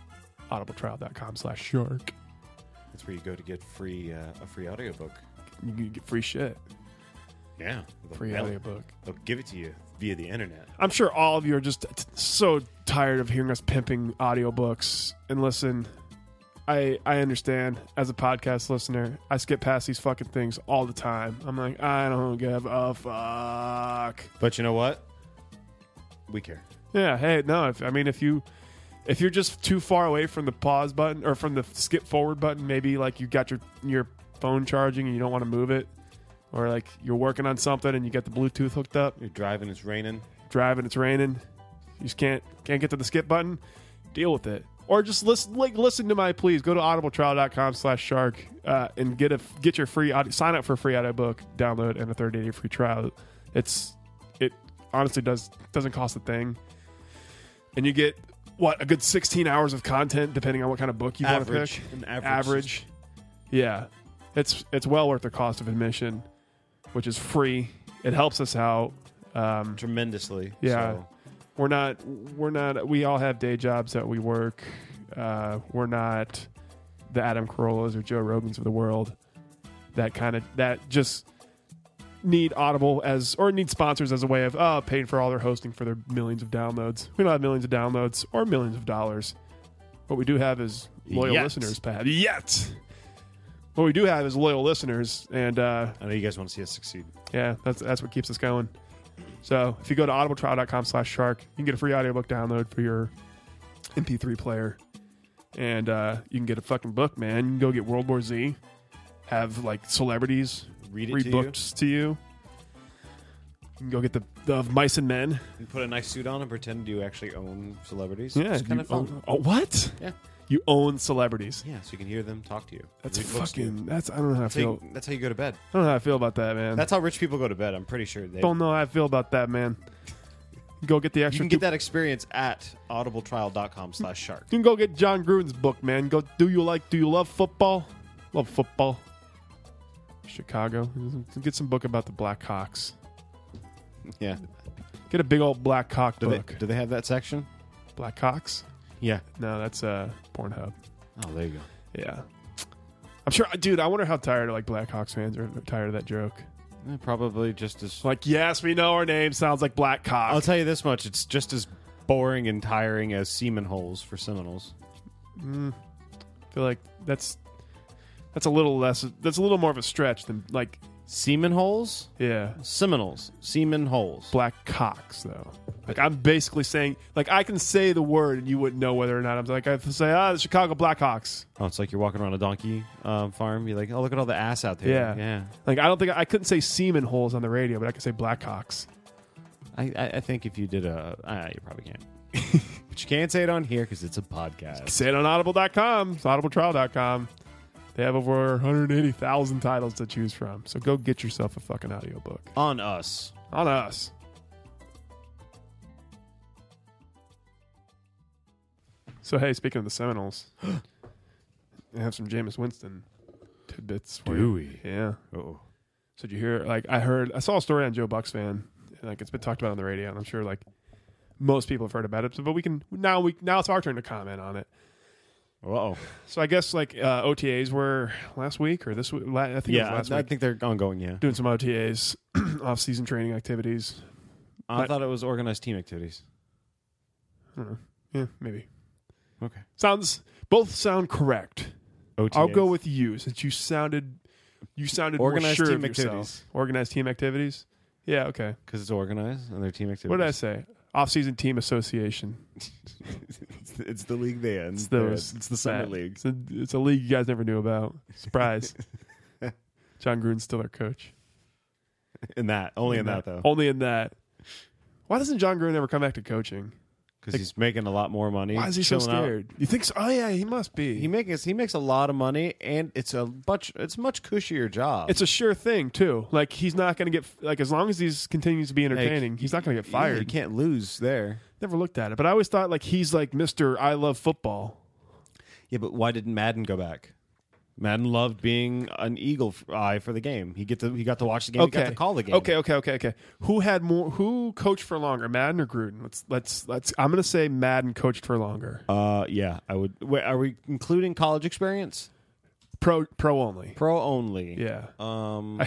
Speaker 1: audibletrial.com slash shark.
Speaker 2: That's where you go to get free uh, a free audiobook.
Speaker 1: You can get free shit,
Speaker 2: Yeah. They'll
Speaker 1: free
Speaker 2: mail it.
Speaker 1: audiobook.
Speaker 2: They'll give it to you via the internet.
Speaker 1: I'm sure all of you are just t- so tired of hearing us pimping audiobooks. And listen, I I understand as a podcast listener, I skip past these fucking things all the time. I'm like, I don't give a fuck.
Speaker 2: But you know what? We care.
Speaker 1: Yeah, hey, no, if I mean if you if you're just too far away from the pause button or from the skip forward button, maybe like you got your your phone charging and you don't want to move it or like you're working on something and you got the Bluetooth hooked up
Speaker 2: You're driving, it's raining.
Speaker 1: driving, it's raining, you just can't can't get to the skip button, deal with it. Or just listen like listen to my pleas. Go to audibletrial.com slash shark uh, and get a get your free audi- sign up for a free audiobook, download and a 30 day free trial. It's it honestly does doesn't cost a thing. And you get what a good 16 hours of content depending on what kind of book you want to
Speaker 2: Average.
Speaker 1: pick
Speaker 2: An average.
Speaker 1: yeah it's it's well worth the cost of admission which is free it helps us out um,
Speaker 2: tremendously.
Speaker 1: Yeah.
Speaker 2: So,
Speaker 1: we're not we're not we all have day jobs that we work uh, we're not the adam carollas or joe rogans of the world that kind of that just need audible as or need sponsors as a way of uh, paying for all their hosting for their millions of downloads we don't have millions of downloads or millions of dollars what we do have is loyal
Speaker 2: Yet.
Speaker 1: listeners pat yet what we do have is loyal listeners and uh,
Speaker 2: I know you guys want to see us succeed.
Speaker 1: yeah, that's that's what keeps us going. So if you go to audibletrial.com slash shark, you can get a free audiobook download for your MP3 player. And uh, you can get a fucking book, man. You can go get World War Z, have like celebrities
Speaker 2: Read it
Speaker 1: read
Speaker 2: to you.
Speaker 1: books to you. You can go get the, the Mice and Men.
Speaker 2: And put a nice suit on and pretend you actually own celebrities.
Speaker 1: Yeah,
Speaker 2: it's
Speaker 1: you
Speaker 2: kind of fun.
Speaker 1: own- oh, what?
Speaker 2: Yeah.
Speaker 1: You own celebrities.
Speaker 2: Yeah, so you can hear them talk to you.
Speaker 1: That's
Speaker 2: Read books to you.
Speaker 1: fucking. That's I don't know how I
Speaker 2: That's how, you,
Speaker 1: feel.
Speaker 2: that's how you go to bed.
Speaker 1: I don't know how I feel about that, man.
Speaker 2: That's how rich people go to bed. I'm pretty sure they.
Speaker 1: don't know how I feel about that, man. Go get the
Speaker 2: you
Speaker 1: extra
Speaker 2: can
Speaker 1: two
Speaker 2: get that experience at audibletrial.com/shark.
Speaker 1: You can go get John Gruden's book, man. Go. Do you like? Do you love football? Love football. Chicago. Get some book about the Blackhawks.
Speaker 2: Yeah.
Speaker 1: Get a big old Black Hawk
Speaker 2: Do they,
Speaker 1: book.
Speaker 2: do they have that section?
Speaker 1: Black Hawks?
Speaker 2: Yeah.
Speaker 1: No, that's uh, Pornhub.
Speaker 2: Oh, there you go.
Speaker 1: Yeah. I'm sure, dude. I wonder how tired like Blackhawks fans are tired of that joke.
Speaker 2: Eh, Probably just as.
Speaker 1: Like, yes, we know our name sounds like Black
Speaker 2: I'll
Speaker 1: Cock.
Speaker 2: tell you this much: it's just as boring and tiring as semen holes for Seminoles.
Speaker 1: I feel like that's that's a little less. That's a little more of a stretch than like,
Speaker 2: Semen holes,
Speaker 1: yeah.
Speaker 2: Seminoles, semen holes.
Speaker 1: black cocks though. Like I'm basically saying, like I can say the word and you wouldn't know whether or not I'm like I have to say, ah, the Chicago Blackhawks.
Speaker 2: Oh, it's like you're walking around a donkey um, farm. You're like, oh, look at all the ass out there.
Speaker 1: Yeah,
Speaker 2: yeah.
Speaker 1: Like I don't think I couldn't say semen holes on the radio, but I could say Blackhawks.
Speaker 2: I, I, I think if you did a, uh, you probably can't. but you can't say it on here because it's a podcast.
Speaker 1: Say it on Audible.com, it's audibletrial.com. They have over 180,000 titles to choose from. So go get yourself a fucking audiobook
Speaker 2: On us.
Speaker 1: on us. So hey, speaking of the Seminoles, I have some Jameis Winston tidbits for you.
Speaker 2: we?
Speaker 1: Yeah.
Speaker 2: Oh,
Speaker 1: So did you hear? Like I heard, I saw a story on Joe Buck's fan, and like it's been talked about on the radio, and I'm sure like most people have heard about it. So, but we can now we now it's our turn to comment on it.
Speaker 2: oh.
Speaker 1: So I guess like uh, OTAs were last week or this week. La- I think it
Speaker 2: Yeah,
Speaker 1: was last
Speaker 2: I, I
Speaker 1: week.
Speaker 2: think they're ongoing. Yeah,
Speaker 1: Doing some OTAs, off-season training activities.
Speaker 2: I
Speaker 1: But-
Speaker 2: thought it was organized team activities.
Speaker 1: I don't know. Yeah, maybe
Speaker 2: Okay,
Speaker 1: sounds both sound correct.
Speaker 2: OTAs.
Speaker 1: I'll go with you since you sounded you sounded
Speaker 2: Organized
Speaker 1: more sure
Speaker 2: team
Speaker 1: of yourself.
Speaker 2: activities.
Speaker 1: Organized team activities. Yeah, okay.
Speaker 2: because it's organized and their team activities.
Speaker 1: What did I say? Off-season team association.
Speaker 2: it's, it's the league they end.
Speaker 1: It's those. that. It's a, it's a league you guys never knew about. Surprise. John Gruden's still their coach.
Speaker 2: In that, only in that though,
Speaker 1: Only in that. Why doesn't John Gruden ever come back to coaching?
Speaker 2: because he's making a lot more money.
Speaker 1: Why is he so
Speaker 2: chilling out.
Speaker 1: scared? You think so? Oh yeah, he must be.
Speaker 2: He makes he makes a lot of money, and it's a much it's a much cushier job.
Speaker 1: it's a sure thing too. Like he's not going to get like as long as he's continues to be
Speaker 2: Like,
Speaker 1: entertaining, he's not going to get
Speaker 2: yeah,
Speaker 1: fired.
Speaker 2: you can't lose there.
Speaker 1: Never looked at it, but I always thought like he's like Mister I love football.
Speaker 2: Yeah, but why didn't Madden go back? Madden loved being an eagle f- eye for the game. He get to he got to watch the game. He got to call the game.
Speaker 1: Okay, okay, okay, okay. Who had more? Who coached for longer, Madden or Gruden? Let's let's let's. I'm going to say Madden coached for longer.
Speaker 2: Uh, yeah, I would. Wait, are we including college experience?
Speaker 1: pro pro only.
Speaker 2: Pro only.
Speaker 1: Yeah.
Speaker 2: Um,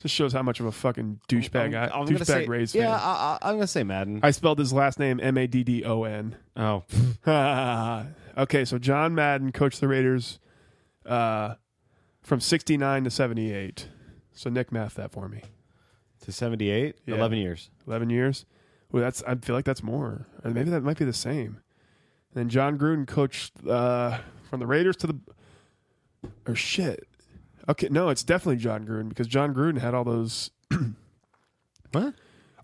Speaker 1: Just shows how much of a fucking douchebag I,
Speaker 2: I'm gonna
Speaker 1: douchebag
Speaker 2: say,
Speaker 1: Rays fan.
Speaker 2: Yeah, I, I, I'm gonna say Madden.
Speaker 1: I spelled his last name M A D D O N.
Speaker 2: oh,
Speaker 1: okay, so John Madden coached the Raiders uh, from sixty nine to seventy eight. So Nick math that for me.
Speaker 2: to 78,
Speaker 1: Yeah.
Speaker 2: 11 years.
Speaker 1: Eleven years. Well, that's I feel like that's more. Or maybe that might be the same. And then John Gruden coached uh, from the Raiders to the or shit. Okay, no, it's definitely John Gruden because John Gruden had all those
Speaker 2: What?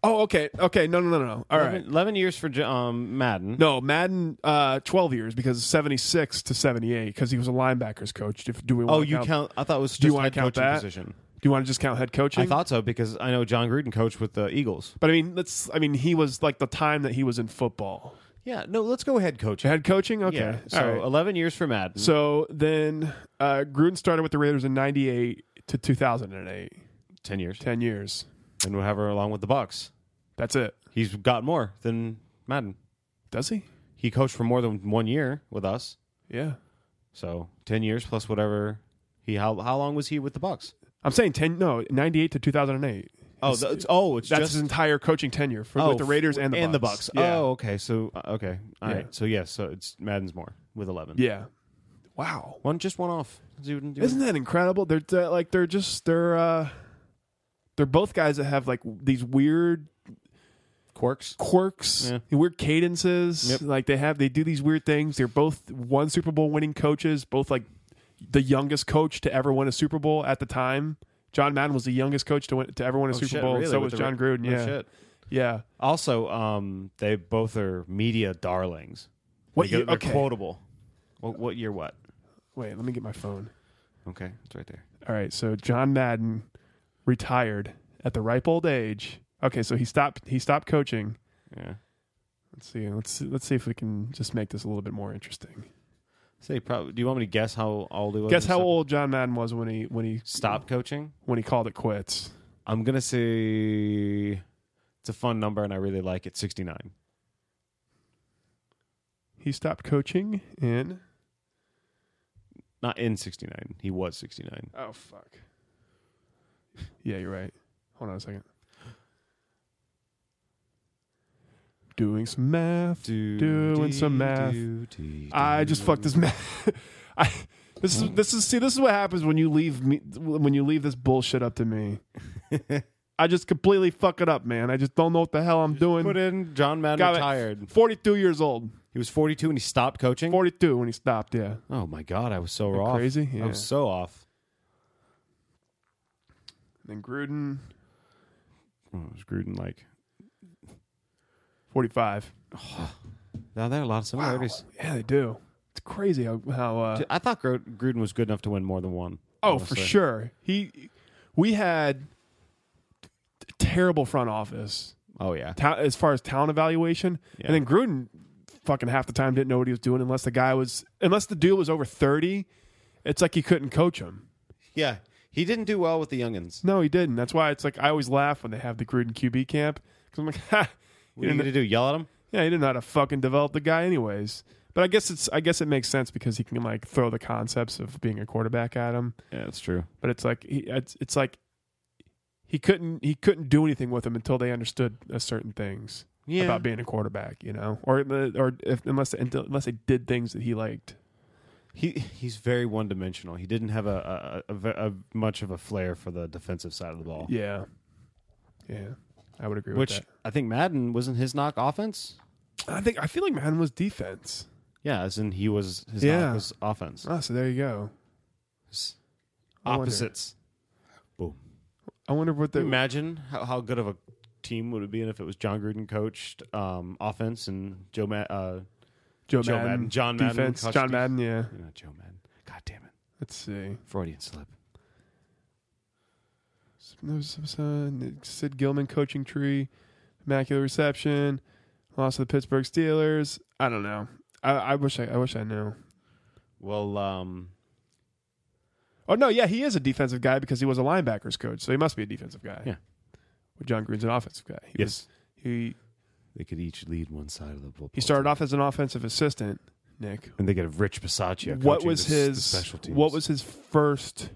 Speaker 1: Oh, okay. Okay. No, no, no, no. All
Speaker 2: 11,
Speaker 1: right.
Speaker 2: 11 years for J- um, Madden.
Speaker 1: No, Madden, uh, 12 years because 76 to 78 because he was a linebackers coach. If, do we want
Speaker 2: Oh,
Speaker 1: to
Speaker 2: you
Speaker 1: count,
Speaker 2: count? I thought it was just
Speaker 1: Do you want
Speaker 2: head
Speaker 1: to count
Speaker 2: coaching
Speaker 1: that?
Speaker 2: position.
Speaker 1: Do you want to just count head coaching?
Speaker 2: I thought so because I know John Gruden coached with the Eagles.
Speaker 1: But I mean, let's. I mean, he was like the time that he was in football.
Speaker 2: Yeah, no, let's go head coaching.
Speaker 1: Head coaching? Okay.
Speaker 2: Yeah, so
Speaker 1: All right.
Speaker 2: 11 years for Madden.
Speaker 1: So then uh, Gruden started with the Raiders in 98 to 2008,
Speaker 2: 10 years.
Speaker 1: 10 years.
Speaker 2: And we'll have her along with the Bucks.
Speaker 1: That's it.
Speaker 2: He's got more than Madden.
Speaker 1: Does he?
Speaker 2: He coached for more than one year with us.
Speaker 1: Yeah.
Speaker 2: So 10 years plus whatever he how how long was he with the Bucks?
Speaker 1: I'm saying 10, no, 98 to 2008.
Speaker 2: Oh,
Speaker 1: It's-
Speaker 2: that's, oh, it's
Speaker 1: That's
Speaker 2: just
Speaker 1: his entire coaching tenure for
Speaker 2: oh,
Speaker 1: with the Raiders and the
Speaker 2: and
Speaker 1: Bucks.
Speaker 2: the Bucks. Oh, okay. So uh, okay. all right.
Speaker 1: Yeah.
Speaker 2: So yeah, so it's Madden's more with 11.
Speaker 1: yeah. Wow.
Speaker 2: One just one off. Let's see what we can do.
Speaker 1: Isn't that incredible? They're they're, like they're just they're uh they're both guys that have like w- these weird
Speaker 2: quirks?
Speaker 1: quirks,
Speaker 2: Yeah.
Speaker 1: weird cadences.
Speaker 2: Yep.
Speaker 1: Like they have they do these weird things. They're both one Super Bowl winning coaches, both like the youngest coach to ever win a Super Bowl at the time. John Madden was the youngest coach to win to ever win a
Speaker 2: Oh,
Speaker 1: Super
Speaker 2: shit,
Speaker 1: Bowl. and
Speaker 2: really?
Speaker 1: so was
Speaker 2: With the
Speaker 1: John
Speaker 2: Ra-
Speaker 1: Gruden.
Speaker 2: oh,
Speaker 1: Yeah,
Speaker 2: shit.
Speaker 1: yeah.
Speaker 2: Also, um, they both are media darlings.
Speaker 1: What
Speaker 2: They go-
Speaker 1: year-
Speaker 2: They're
Speaker 1: okay.
Speaker 2: quotable. What, what year? What?
Speaker 1: Wait, let me get my phone.
Speaker 2: Okay, it's right there.
Speaker 1: All right, so John Madden retired at the ripe old age. Okay, so he stopped he stopped coaching.
Speaker 2: Yeah.
Speaker 1: Let's see. Let's see, let's see if we can just make this a little bit more interesting.
Speaker 2: Say probably. Do you want me to guess how old he was?
Speaker 1: Guess
Speaker 2: or
Speaker 1: how
Speaker 2: something?
Speaker 1: old John Madden was when he when he
Speaker 2: Stop coaching.
Speaker 1: when he called it quits.
Speaker 2: I'm gonna say it's a fun number, and I really like it. 69.
Speaker 1: He stopped coaching in
Speaker 2: Not in 69. He was 69.
Speaker 1: oh fuck. Yeah, you're right. Hold on a second. Doing some math. doing some math. I just fucked this math. I this is this is see this is what happens when you leave me when you leave this bullshit up to me. I just completely fuck it up, man. I just don't know what the hell I'm doing.
Speaker 2: Put in John Madden
Speaker 1: Got it.
Speaker 2: retired.
Speaker 1: 42 years old.
Speaker 2: He was 42 and he stopped coaching.
Speaker 1: 42 when he stopped, yeah.
Speaker 2: Oh my god, I was so off.
Speaker 1: crazy?
Speaker 2: I
Speaker 1: Yeah.
Speaker 2: was so off.
Speaker 1: And then Gruden,
Speaker 2: Oh, it was Gruden like.
Speaker 1: 45.
Speaker 2: Now there are a lot of similarities.
Speaker 1: Yeah, they do. It's crazy how, how uh,
Speaker 2: Dude, I thought Gro- Gruden was good enough to win more than one.
Speaker 1: oh, for
Speaker 2: honestly.
Speaker 1: sure. He, we had t- terrible front office
Speaker 2: Oh yeah.
Speaker 1: ta- as far as talent evaluation,
Speaker 2: Yeah.
Speaker 1: and then Gruden fucking half the time didn't know what he was doing unless the guy was unless the dude was over thirty. It's like he couldn't coach him.
Speaker 2: Yeah. He didn't do well with the youngins.
Speaker 1: No, he didn't. That's why it's like I always laugh when they have the Gruden QB camp because I'm like, ha,
Speaker 2: What are you gonna do? Yell at him?
Speaker 1: Yeah, he didn't know how to fucking develop the guy, anyways. But I guess it's I guess it makes sense because he can like throw the concepts of being a quarterback at him.
Speaker 2: Yeah, that's true.
Speaker 1: But it's like he it's, it's like he couldn't he couldn't do anything with him until they understood uh, certain things
Speaker 2: Yeah.
Speaker 1: about being a quarterback, you know, or the- or if, unless until, unless they did things that he liked.
Speaker 2: He he's very one dimensional. He didn't have a, a, a, ve- a much of a flair for the defensive side of the ball.
Speaker 1: Yeah, yeah, I would agree
Speaker 2: Which
Speaker 1: with
Speaker 2: I think Madden wasn't his knock offense.
Speaker 1: that. I think I feel like Madden was defense.
Speaker 2: Yeah, as in he was his
Speaker 1: Yeah.
Speaker 2: knock was offense.
Speaker 1: Oh, so there you go. I wonder.
Speaker 2: Opposites.
Speaker 1: I wonder what the
Speaker 2: Imagine how, how good of a team would it be if it was John Gruden coached um, offense and Joe Ma- uh,
Speaker 1: Joe,
Speaker 2: Joe
Speaker 1: Madden,
Speaker 2: Madden, John Madden,
Speaker 1: defense,
Speaker 2: coach
Speaker 1: John
Speaker 2: def-
Speaker 1: Madden. Yeah,
Speaker 2: you know, Joe Madden. God damn it,
Speaker 1: let's see.
Speaker 2: Freudian slip.
Speaker 1: There's some- Sid Gilman coaching tree, immaculate reception, loss to the Pittsburgh Steelers. I don't know. I, I wish I, I wish I knew.
Speaker 2: Well, um,
Speaker 1: Oh no, yeah, he is a defensive guy because he was a linebackers coach, so he must be a defensive guy.
Speaker 2: Yeah.
Speaker 1: Well, John Green's an offensive guy. He
Speaker 2: Yes.
Speaker 1: was, he
Speaker 2: they could each lead one side of the football.
Speaker 1: he started
Speaker 2: team.
Speaker 1: off as an offensive assistant. Nick,
Speaker 2: and they get a Rich Bisaccia.
Speaker 1: what
Speaker 2: coaching
Speaker 1: was
Speaker 2: the s- the
Speaker 1: his
Speaker 2: special teams.
Speaker 1: what was his first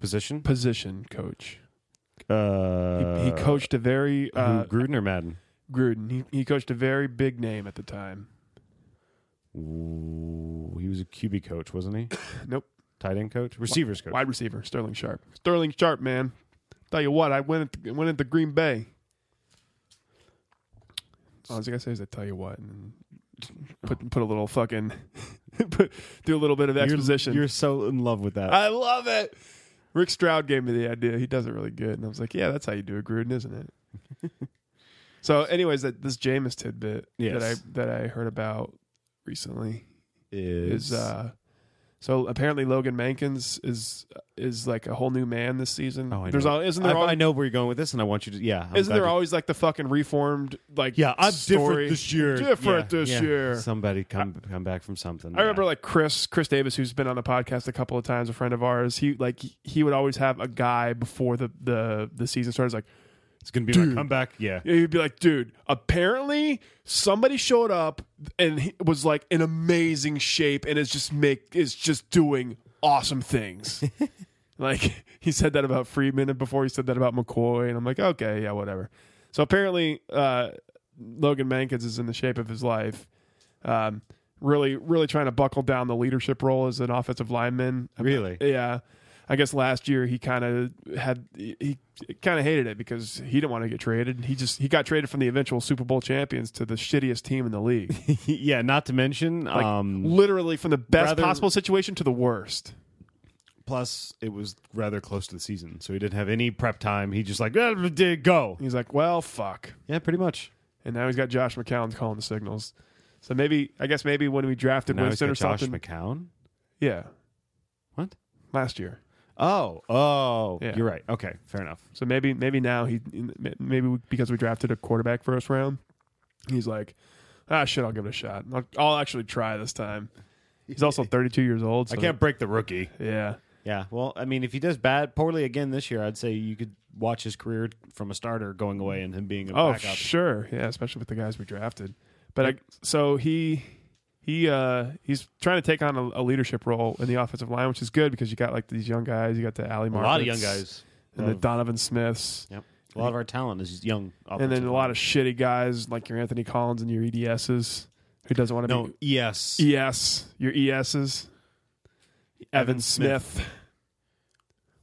Speaker 2: position?
Speaker 1: position coach?
Speaker 2: Uh,
Speaker 1: he, he coached a very
Speaker 2: who,
Speaker 1: uh,
Speaker 2: Gruden or Madden?
Speaker 1: Gruden. He, he coached a very big name at the time.
Speaker 2: Ooh, he was a QB coach, wasn't he?
Speaker 1: Nope.
Speaker 2: Tight end coach, receivers coach.
Speaker 1: Wide receiver, Sterling Sharp. Sterling Sharp, man. Tell you what, I went at went into Green Bay. All I was gonna say is I tell you what, and put put a little fucking put, do a little bit of
Speaker 2: You're-
Speaker 1: exposition.
Speaker 2: You're, so in love with that.
Speaker 1: I love it. Rick Stroud gave me the idea. He does it really good, and I was like, yeah, that's how you do a Gruden, isn't it? so, anyways, that this Jameis tidbit
Speaker 2: Yes.
Speaker 1: that I that I heard about recently is uh So apparently Logan Mankins is is like a whole new man this season.
Speaker 2: Oh, I
Speaker 1: There's
Speaker 2: know.
Speaker 1: all, isn't there
Speaker 2: I,
Speaker 1: all,
Speaker 2: I know where you're going with this, and I want you to. Yeah, I'm
Speaker 1: isn't
Speaker 2: glad
Speaker 1: there
Speaker 2: you-
Speaker 1: always like the fucking reformed like
Speaker 2: Yeah, I'm
Speaker 1: story?
Speaker 2: different this year.
Speaker 1: Different
Speaker 2: Yeah,
Speaker 1: this
Speaker 2: yeah.
Speaker 1: year.
Speaker 2: Somebody come come back from something.
Speaker 1: I remember
Speaker 2: Yeah.
Speaker 1: like Chris Chris Davis, who's been on the podcast a couple of times, a friend of ours. He like he would always have a guy before the the the season starts like
Speaker 2: it's gonna be my comeback. Yeah,
Speaker 1: Yeah, You'd be like, dude, apparently somebody showed up and he was like in amazing shape and is just make is just doing awesome things. like he said that about Friedman and before he said that about McCoy, and I'm like, okay, yeah, whatever. So apparently, uh, Logan Mankins is in the shape of his life. Um, really, really trying to buckle down the leadership role as an offensive lineman.
Speaker 2: Really?
Speaker 1: Yeah. I guess last year he kind of had he kind of hated it because he didn't want to get traded. He just he got traded from the eventual Super Bowl champions to the shittiest team in the league.
Speaker 2: yeah. Not to mention,
Speaker 1: Like
Speaker 2: um,
Speaker 1: literally from the best
Speaker 2: rather-
Speaker 1: possible situation to the worst.
Speaker 2: plus it was rather close to the season, so he didn't have any prep time. He just like "Ah, did go.
Speaker 1: He's like, "Well, fuck."
Speaker 2: Yeah, pretty much.
Speaker 1: And now he's got Josh McCown calling the signals. So maybe I guess maybe when we drafted
Speaker 2: Now he's
Speaker 1: Winston
Speaker 2: got
Speaker 1: or
Speaker 2: Josh
Speaker 1: something.
Speaker 2: McCown.
Speaker 1: yeah.
Speaker 2: What?
Speaker 1: Last year.
Speaker 2: Oh, oh,
Speaker 1: Yeah.
Speaker 2: you're right. Okay, fair enough.
Speaker 1: So maybe maybe now he maybe we- because we drafted a quarterback first round, he's like, ah shit, I'll give it a shot. I'll, I'll actually try this time. He's also 32 years old. So
Speaker 2: I can't break the rookie.
Speaker 1: Yeah,
Speaker 2: Yeah, well, I mean, if he does bad poorly again this year, I'd say you could watch his career from a starter going away and him being a
Speaker 1: Oh,
Speaker 2: backup.
Speaker 1: sure. Yeah, especially with the guys we drafted. But I, so he he uh he's trying to take on a, a leadership role in the offensive line, which is good because you got like these young guys. You got the Ali
Speaker 2: a
Speaker 1: Marvin,
Speaker 2: lot of young guys. Oh.
Speaker 1: and the Donovan Smiths,
Speaker 2: Yep. A lot of our talent is young.
Speaker 1: and then a lot of shitty guys like your Anthony Collins and your EDSs who doesn't want to
Speaker 2: no
Speaker 1: be
Speaker 2: yes.
Speaker 1: ES, E your ESs, Evan
Speaker 2: Evan
Speaker 1: Smith.
Speaker 2: Smith.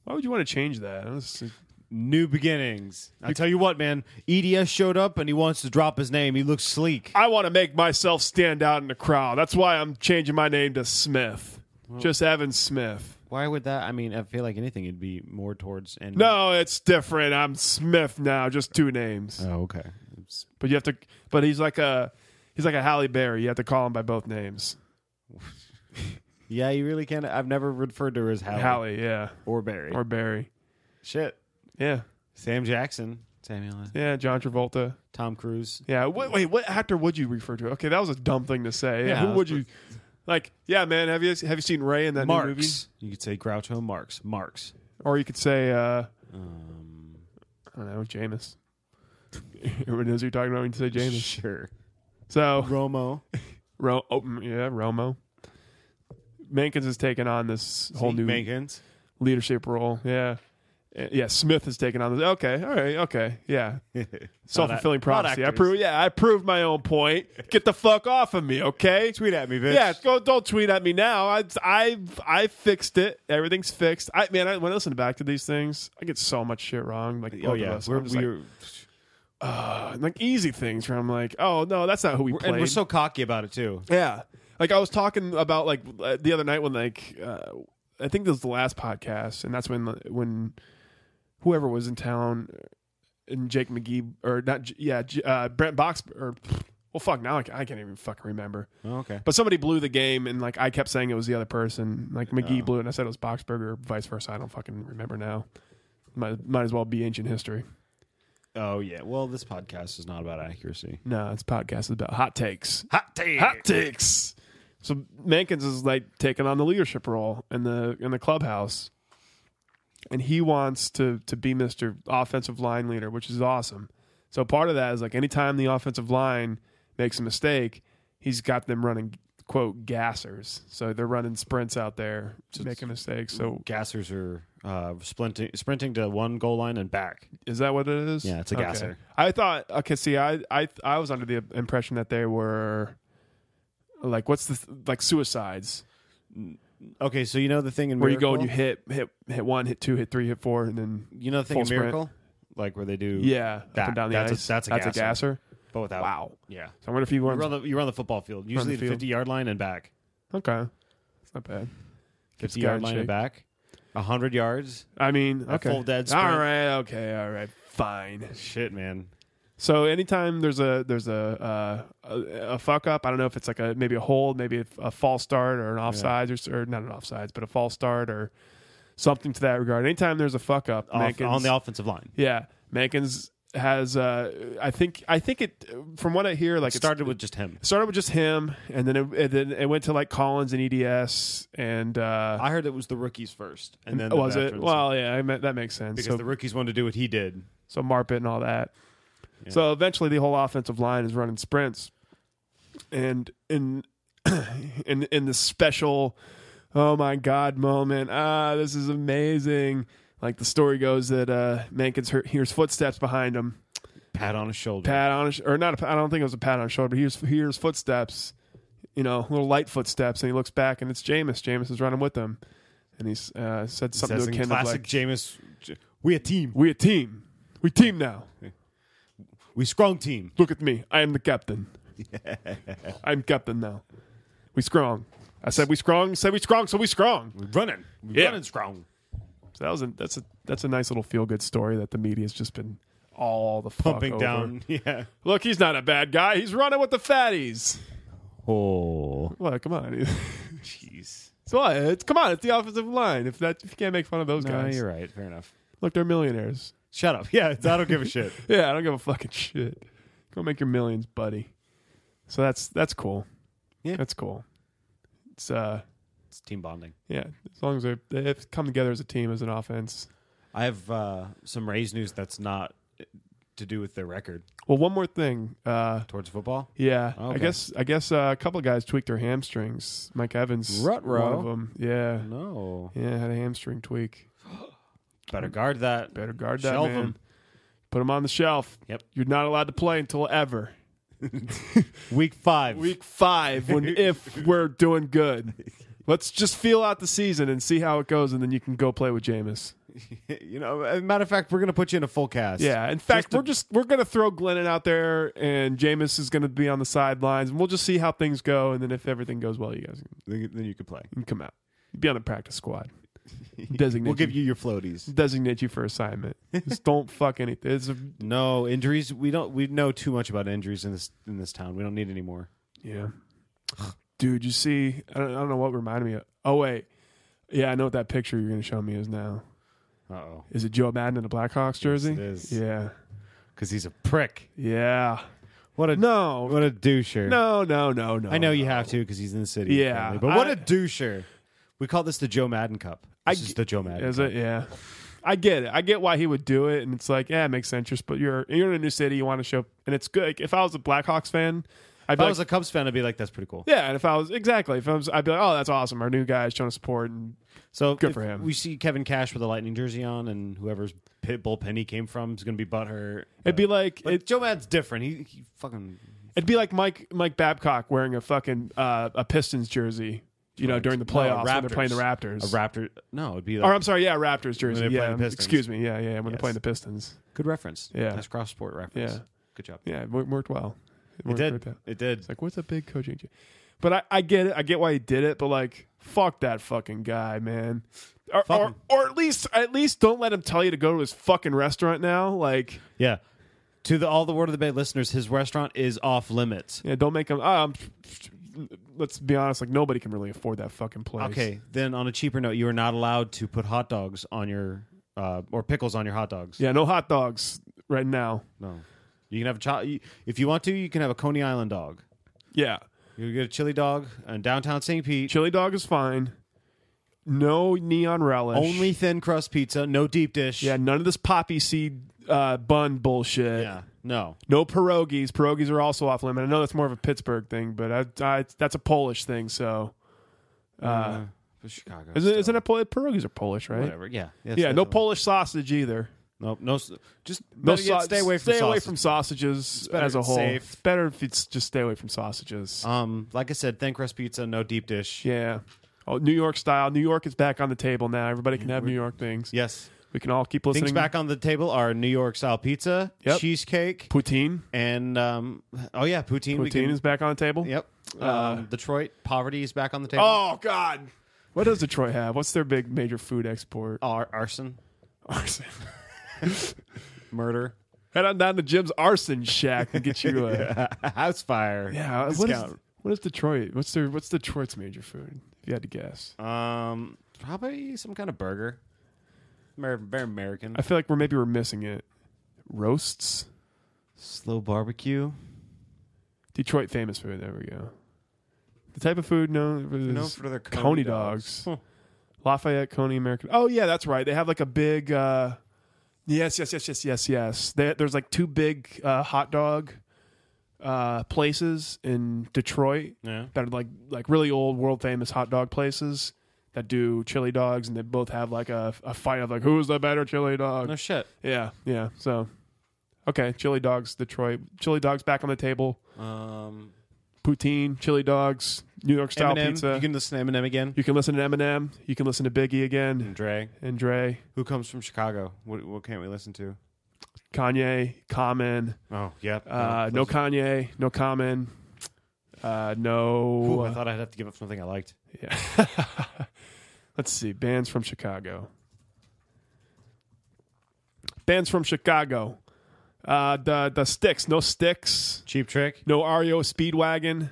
Speaker 1: Why would you want to change that? That's-
Speaker 2: New beginnings. I tell you what, man. EDS showed up and he wants to drop his name. He looks sleek.
Speaker 1: I want to make myself stand out in the crowd. That's why I'm changing my name to Smith. Just Evan Smith.
Speaker 2: Why would that? I mean, I feel like anything it'd be more towards and
Speaker 1: No, it's different. I'm Smith now. Just two names.
Speaker 2: Oh, okay. It's-
Speaker 1: But you have to. But he's like a he's like a Halle Berry. You have to call him by both names.
Speaker 2: Yeah, you really can't. I've never referred to her as Hallie,
Speaker 1: Halle, yeah,
Speaker 2: or Barry.
Speaker 1: or Berry.
Speaker 2: shit.
Speaker 1: Yeah,
Speaker 2: Sam Jackson, Samuel, L.
Speaker 1: yeah. John Travolta.
Speaker 2: Tom Cruise.
Speaker 1: Yeah. Wait, wait. What actor would you refer to? Okay, that was a dumb thing to say. Yeah.
Speaker 2: Yeah,
Speaker 1: who
Speaker 2: that's
Speaker 1: would you? Like, yeah, man. Have you have you seen Ray in that new movie?
Speaker 2: Marks. You could say Groucho Marx. Marx.
Speaker 1: Or you could say, uh,
Speaker 2: Um,
Speaker 1: I don't know, Jameis. Everyone knows who you're talking about when you say Jameis.
Speaker 2: Sure.
Speaker 1: So,
Speaker 2: Romo.
Speaker 1: Ro- oh, mm, yeah, Romo. Mankins has taken on this whole new
Speaker 2: Mankins.
Speaker 1: leadership role. Yeah. Uh, Yeah, Smith has taken on this. Okay, all right, okay, yeah. Self fulfilling
Speaker 2: not
Speaker 1: prophecy. I
Speaker 2: actors.
Speaker 1: prove, yeah, I proved my own point. Get the fuck off of me, okay?
Speaker 2: Tweet at me, bitch.
Speaker 1: Yeah, go, don't tweet at me now. I, I, I fixed it. Everything's fixed. I man, I, when I listen back to these things, I get so much shit wrong. Like,
Speaker 2: Oh yeah. We're,
Speaker 1: we're,
Speaker 2: we're,
Speaker 1: like, uh, like easy things where I'm like, oh no, that's not who we played.
Speaker 2: and we're so cocky about it too.
Speaker 1: yeah. Like I was talking about like uh, the other night when like uh, I think this was the last podcast, and that's when uh, when whoever was in town uh, and Jake McGee or not, J- yeah, J- uh, Brent Box or. Well, fuck! Now I ca- I can't even fucking remember.
Speaker 2: Oh, okay.
Speaker 1: But somebody blew the game, and like I kept saying it was the other person. Like McGee blew it, and I said it was Boxberger, or vice versa. I don't fucking remember now. Might might as well be ancient history.
Speaker 2: Oh yeah. Well, this podcast is not about accuracy.
Speaker 1: No, it's podcast is about hot takes.
Speaker 2: Hot take.
Speaker 1: Hot takes. So Mankins is like taking on the leadership role in the in the clubhouse, and he wants to to be Mister Offensive Line Leader, which is awesome. So part of that is like anytime the offensive line makes a mistake, he's got them running quote gassers. So they're running sprints out there, making mistakes. So
Speaker 2: Gassers are uh, sprinting, sprinting to one goal line and back.
Speaker 1: Is that what it is?
Speaker 2: Yeah, it's a
Speaker 1: Okay.
Speaker 2: gasser.
Speaker 1: I thought. Okay, see, I, I I was under the impression that they were like what's the th- like suicides
Speaker 2: Okay, so you know the thing in
Speaker 1: where you
Speaker 2: Miracle?
Speaker 1: go and you hit hit hit one, hit two, hit three, hit four, and then
Speaker 2: You know the thing
Speaker 1: full
Speaker 2: in
Speaker 1: sprint.
Speaker 2: Miracle, like where they do
Speaker 1: yeah,
Speaker 2: that.
Speaker 1: up and down the
Speaker 2: that's
Speaker 1: ice.
Speaker 2: A, that's a gasser. but without
Speaker 1: Wow.
Speaker 2: Yeah,
Speaker 1: So I wonder if he
Speaker 2: you
Speaker 1: runs.
Speaker 2: run the you run the football field usually the
Speaker 1: field.
Speaker 2: fifty yard line and back,
Speaker 1: okay, it's not bad. Gives
Speaker 2: fifty
Speaker 1: guy
Speaker 2: yard
Speaker 1: a
Speaker 2: line
Speaker 1: shake.
Speaker 2: and back, hundred yards.
Speaker 1: I mean,
Speaker 2: A
Speaker 1: okay,
Speaker 2: full
Speaker 1: All
Speaker 2: dead sprint.
Speaker 1: right, okay, all right, fine.
Speaker 2: Shit, man.
Speaker 1: So anytime there's a there's a uh, a, a fuck up, I don't know if it's like a maybe a hold, maybe a, a false start or an offsides or s- or, not an offsides, but a false start or something to that regard. Anytime there's a fuck up,
Speaker 2: Off,
Speaker 1: Mankins-
Speaker 2: on the offensive line.
Speaker 1: yeah, Mankins has uh, I think I think it from what I hear like
Speaker 2: It
Speaker 1: it's-
Speaker 2: started with just him.
Speaker 1: it started with just him, and then it, and then it went to like Collins and EDS and. Uh,
Speaker 2: I heard it was the rookies first, and then the
Speaker 1: was it?
Speaker 2: veterans.
Speaker 1: Well, yeah, I meant, that makes sense.
Speaker 2: because
Speaker 1: So-
Speaker 2: the rookies wanted to do what he did.
Speaker 1: so Marpet and all that. So eventually, the whole offensive line is running sprints, and in in in the special, oh my god moment. Ah, this is amazing. Like the story goes that uh, Mankins hear- hears footsteps behind him.
Speaker 2: Pat on his shoulder.
Speaker 1: Pat on his, sh- or not? a pat- I don't think it was a pat on his shoulder. But he hears, he hears footsteps, you know, little light footsteps, and he looks back, and it's Jameis. Jameis is running with him, and he s- uh, said something
Speaker 2: Says
Speaker 1: to
Speaker 2: in
Speaker 1: a kid
Speaker 2: classic
Speaker 1: like,
Speaker 2: Jameis. J- We a team.
Speaker 1: "We a team. We team now."
Speaker 2: We strong team.
Speaker 1: Look at me. I am the captain. I'm captain now. We strong. I said we strong. Said we strong. So we strong.
Speaker 2: We running. We
Speaker 1: Yeah.
Speaker 2: running strong.
Speaker 1: So that was a, that's a that's a nice little feel good story that the media's just been all the fuck
Speaker 2: Pumping
Speaker 1: over.
Speaker 2: down. Yeah.
Speaker 1: Look, he's not a bad guy. He's running with the fatties.
Speaker 2: Oh.
Speaker 1: Well, come on.
Speaker 2: Jeez.
Speaker 1: so what? It's, come on. It's the offensive line. If that if you can't make fun of those
Speaker 2: No,
Speaker 1: guys,
Speaker 2: you're right. Fair enough.
Speaker 1: look, they're millionaires.
Speaker 2: Shut up. Yeah, it's- I don't give a shit.
Speaker 1: Yeah, I don't give a fucking shit. Go make your millions, buddy. So that's that's cool.
Speaker 2: Yeah.
Speaker 1: that's cool. It's uh.
Speaker 2: It's team bonding.
Speaker 1: Yeah, as long as they they have come together as a team as an offense.
Speaker 2: I have uh, some Rays news that's not eh, to do with their record
Speaker 1: Well, one more thing. Uh,
Speaker 2: towards football.
Speaker 1: yeah, I
Speaker 2: Okay.
Speaker 1: guess I guess uh, a couple of guys tweaked their hamstrings. Mike Evans,
Speaker 2: Ruh-roh.
Speaker 1: one of them. Yeah,
Speaker 2: No.
Speaker 1: yeah, had a hamstring tweak.
Speaker 2: Better guard that.
Speaker 1: Better guard that
Speaker 2: Shelve
Speaker 1: man.
Speaker 2: him.
Speaker 1: Put him on the shelf.
Speaker 2: Yep.
Speaker 1: you're not allowed to play until ever.
Speaker 2: Week five.
Speaker 1: Week five, when if we're doing good, let's just feel out the season and see how it goes, and then you can go play with Jameis.
Speaker 2: You know, as a matter of fact, we're gonna put you in a full cast.
Speaker 1: Yeah. In fact, we're just we're gonna throw Glennon out there, and Jameis is gonna be on the sidelines, and we'll just see how things go. And then if everything goes well, you guys
Speaker 2: then then you could play.
Speaker 1: can come out. Be on the practice squad. Designate.
Speaker 2: We'll give you your floaties.
Speaker 1: designate you for assignment. just don't fuck anything. It's a,
Speaker 2: No injuries. We don't. We know too much about injuries in this in this town. We don't need any more.
Speaker 1: yeah. Dude, you see, I don't, I don't know what reminded me of. Oh wait, yeah, I know what that picture you're gonna show me is now.
Speaker 2: Uh oh.
Speaker 1: Is it Joe Madden in a Blackhawks jersey?
Speaker 2: it is.
Speaker 1: Yeah.
Speaker 2: Because he's a prick.
Speaker 1: Yeah.
Speaker 2: What a
Speaker 1: No.
Speaker 2: What a doucher.
Speaker 1: No. No. No. No.
Speaker 2: I know you have to because he's in the city.
Speaker 1: Yeah.
Speaker 2: apparently, but what
Speaker 1: I-
Speaker 2: a doucher. We call this the Joe Madden Cup.
Speaker 1: I
Speaker 2: This is
Speaker 1: g-
Speaker 2: the Joe Madden.
Speaker 1: Is
Speaker 2: Cup.
Speaker 1: it? Yeah. I get it. I get why he would do it, and it's like, yeah, it makes sense. You're, sp- you're you're in a new city, you want to show, and it's good. Like, if I was a Blackhawks fan, I'd
Speaker 2: If
Speaker 1: be
Speaker 2: I
Speaker 1: like,
Speaker 2: was a Cubs fan, I'd be like, "That's pretty cool."
Speaker 1: yeah, and if I was exactly, if I was, I'd be like, oh, that's awesome. Our new guy is showing support, and
Speaker 2: So
Speaker 1: Good
Speaker 2: if
Speaker 1: for him.
Speaker 2: We see Kevin Cash with a Lightning jersey on, and whoever's pit bullpen he came from is going to be butthurt.
Speaker 1: it'd be like
Speaker 2: But
Speaker 1: it,
Speaker 2: Joe Madden's different. He, he fucking
Speaker 1: would be like Mike Mike Babcock wearing a fucking uh, a Pistons jersey, you know, during the
Speaker 2: No, a
Speaker 1: playoffs when they're playing the Raptors.
Speaker 2: A Raptor. No, it'd be
Speaker 1: or
Speaker 2: like,
Speaker 1: I'm sorry, yeah, Raptors jersey.
Speaker 2: they're
Speaker 1: Yeah,
Speaker 2: playing the Pistons.
Speaker 1: excuse me. Yeah, yeah, when they're
Speaker 2: Yes.
Speaker 1: playing the Pistons.
Speaker 2: good reference.
Speaker 1: Yeah.
Speaker 2: nice cross sport reference.
Speaker 1: Yeah.
Speaker 2: good job.
Speaker 1: Yeah, it wor- worked well.
Speaker 2: It
Speaker 1: worked right
Speaker 2: did.
Speaker 1: there.
Speaker 2: It did.
Speaker 1: It's like, what's a big coaching? ch- But I, I get it. I get why he did it. But like, fuck that fucking guy, man. Or,
Speaker 2: Fuck
Speaker 1: or,
Speaker 2: him.
Speaker 1: or at least, at least don't let him tell you to go to his fucking restaurant now. Like,
Speaker 2: yeah. To the all the word of the bay listeners, his restaurant is off limits.
Speaker 1: yeah, don't make him. Um, let's be honest. Like, nobody can really afford that fucking place.
Speaker 2: Okay, then on a cheaper note, you are not allowed to put hot dogs on your uh, or pickles on your hot dogs.
Speaker 1: Yeah, no hot dogs right now.
Speaker 2: No, you can have a cho- you- if you want to. You can have a Coney Island dog.
Speaker 1: Yeah,
Speaker 2: You can get a chili dog in downtown St. Pete.
Speaker 1: chili dog is fine. No neon relish.
Speaker 2: Only thin crust pizza, no deep dish.
Speaker 1: Yeah, none of this poppy seed uh, bun bullshit.
Speaker 2: yeah, no.
Speaker 1: No pierogies. Pierogies are also off limit. I know that's more of a Pittsburgh thing, but I, I, that's a Polish thing. So
Speaker 2: Uh, but Chicago.
Speaker 1: isn't,
Speaker 2: still.
Speaker 1: isn't it Polish? Pierogies are Polish, right?
Speaker 2: Whatever. Yeah.
Speaker 1: Yeah, no
Speaker 2: Polish.
Speaker 1: Polish sausage either.
Speaker 2: No, no. s- Just
Speaker 1: No,
Speaker 2: better yet,
Speaker 1: sau-
Speaker 2: stay away from
Speaker 1: stay away
Speaker 2: sausage.
Speaker 1: from sausages
Speaker 2: better,
Speaker 1: as a
Speaker 2: it's
Speaker 1: whole.
Speaker 2: safe.
Speaker 1: It's better if it's just stay away from sausages.
Speaker 2: Um, like I said, thin crust pizza, no deep dish.
Speaker 1: yeah. Oh, New York style. New York is back on the table now. Everybody can have New York things.
Speaker 2: Yes.
Speaker 1: We can all keep
Speaker 2: Things
Speaker 1: listening.
Speaker 2: back on the table are New York style pizza,
Speaker 1: Yep.
Speaker 2: cheesecake,
Speaker 1: Poutine.
Speaker 2: and um, oh yeah, poutine. we
Speaker 1: Poutine
Speaker 2: can-
Speaker 1: is back on the table.
Speaker 2: Yep. um, Detroit poverty is back on the table.
Speaker 1: Oh God. What does Detroit have? What's their big major food export?
Speaker 2: Oh. Ar- arson,
Speaker 1: Arson.
Speaker 2: murder.
Speaker 1: Head on down to Jim's arson shack and get you. Uh, yeah.
Speaker 2: House fire.
Speaker 1: what, is,
Speaker 2: Discount.
Speaker 1: what is Detroit? What's their What's Detroit's major food? If you had to guess,
Speaker 2: Um, probably some kind of burger. Very, very American.
Speaker 1: I feel like we're maybe we're missing it. Roasts.
Speaker 2: Slow barbecue.
Speaker 1: Detroit famous food. There we go. The type of food known for,
Speaker 2: No
Speaker 1: is
Speaker 2: further
Speaker 1: Coney,
Speaker 2: Coney
Speaker 1: dogs.
Speaker 2: dogs.
Speaker 1: Lafayette Coney American. Oh yeah, that's right. They have like a big. Uh, yes, yes, yes, yes, yes, yes. There there's like two big uh, hot dog uh, places in Detroit
Speaker 2: Yeah.
Speaker 1: that are like like really old, world famous hot dog places that do chili dogs, and they both have like a, a fight of like who's the better chili dog.
Speaker 2: No shit.
Speaker 1: Yeah, yeah. So, okay, chili dogs, Detroit. Chili dogs back on the table
Speaker 2: Um,
Speaker 1: poutine, chili dogs, New York style
Speaker 2: Eminem.
Speaker 1: pizza.
Speaker 2: You can listen to Eminem again.
Speaker 1: listen to Eminem. You can listen to Biggie again,
Speaker 2: Dre,
Speaker 1: and Dre,
Speaker 2: who comes from Chicago. What, what can't we listen to?
Speaker 1: Kanye, Common.
Speaker 2: Oh, yep.
Speaker 1: Uh, no Kanye, no Common. Uh,
Speaker 2: Ooh,
Speaker 1: no.
Speaker 2: I thought I'd have to give up something I liked.
Speaker 1: yeah. Let's see. Bands from Chicago. Bands from Chicago. Uh, the the sticks, no sticks,
Speaker 2: Cheap Trick.
Speaker 1: no REO Speedwagon,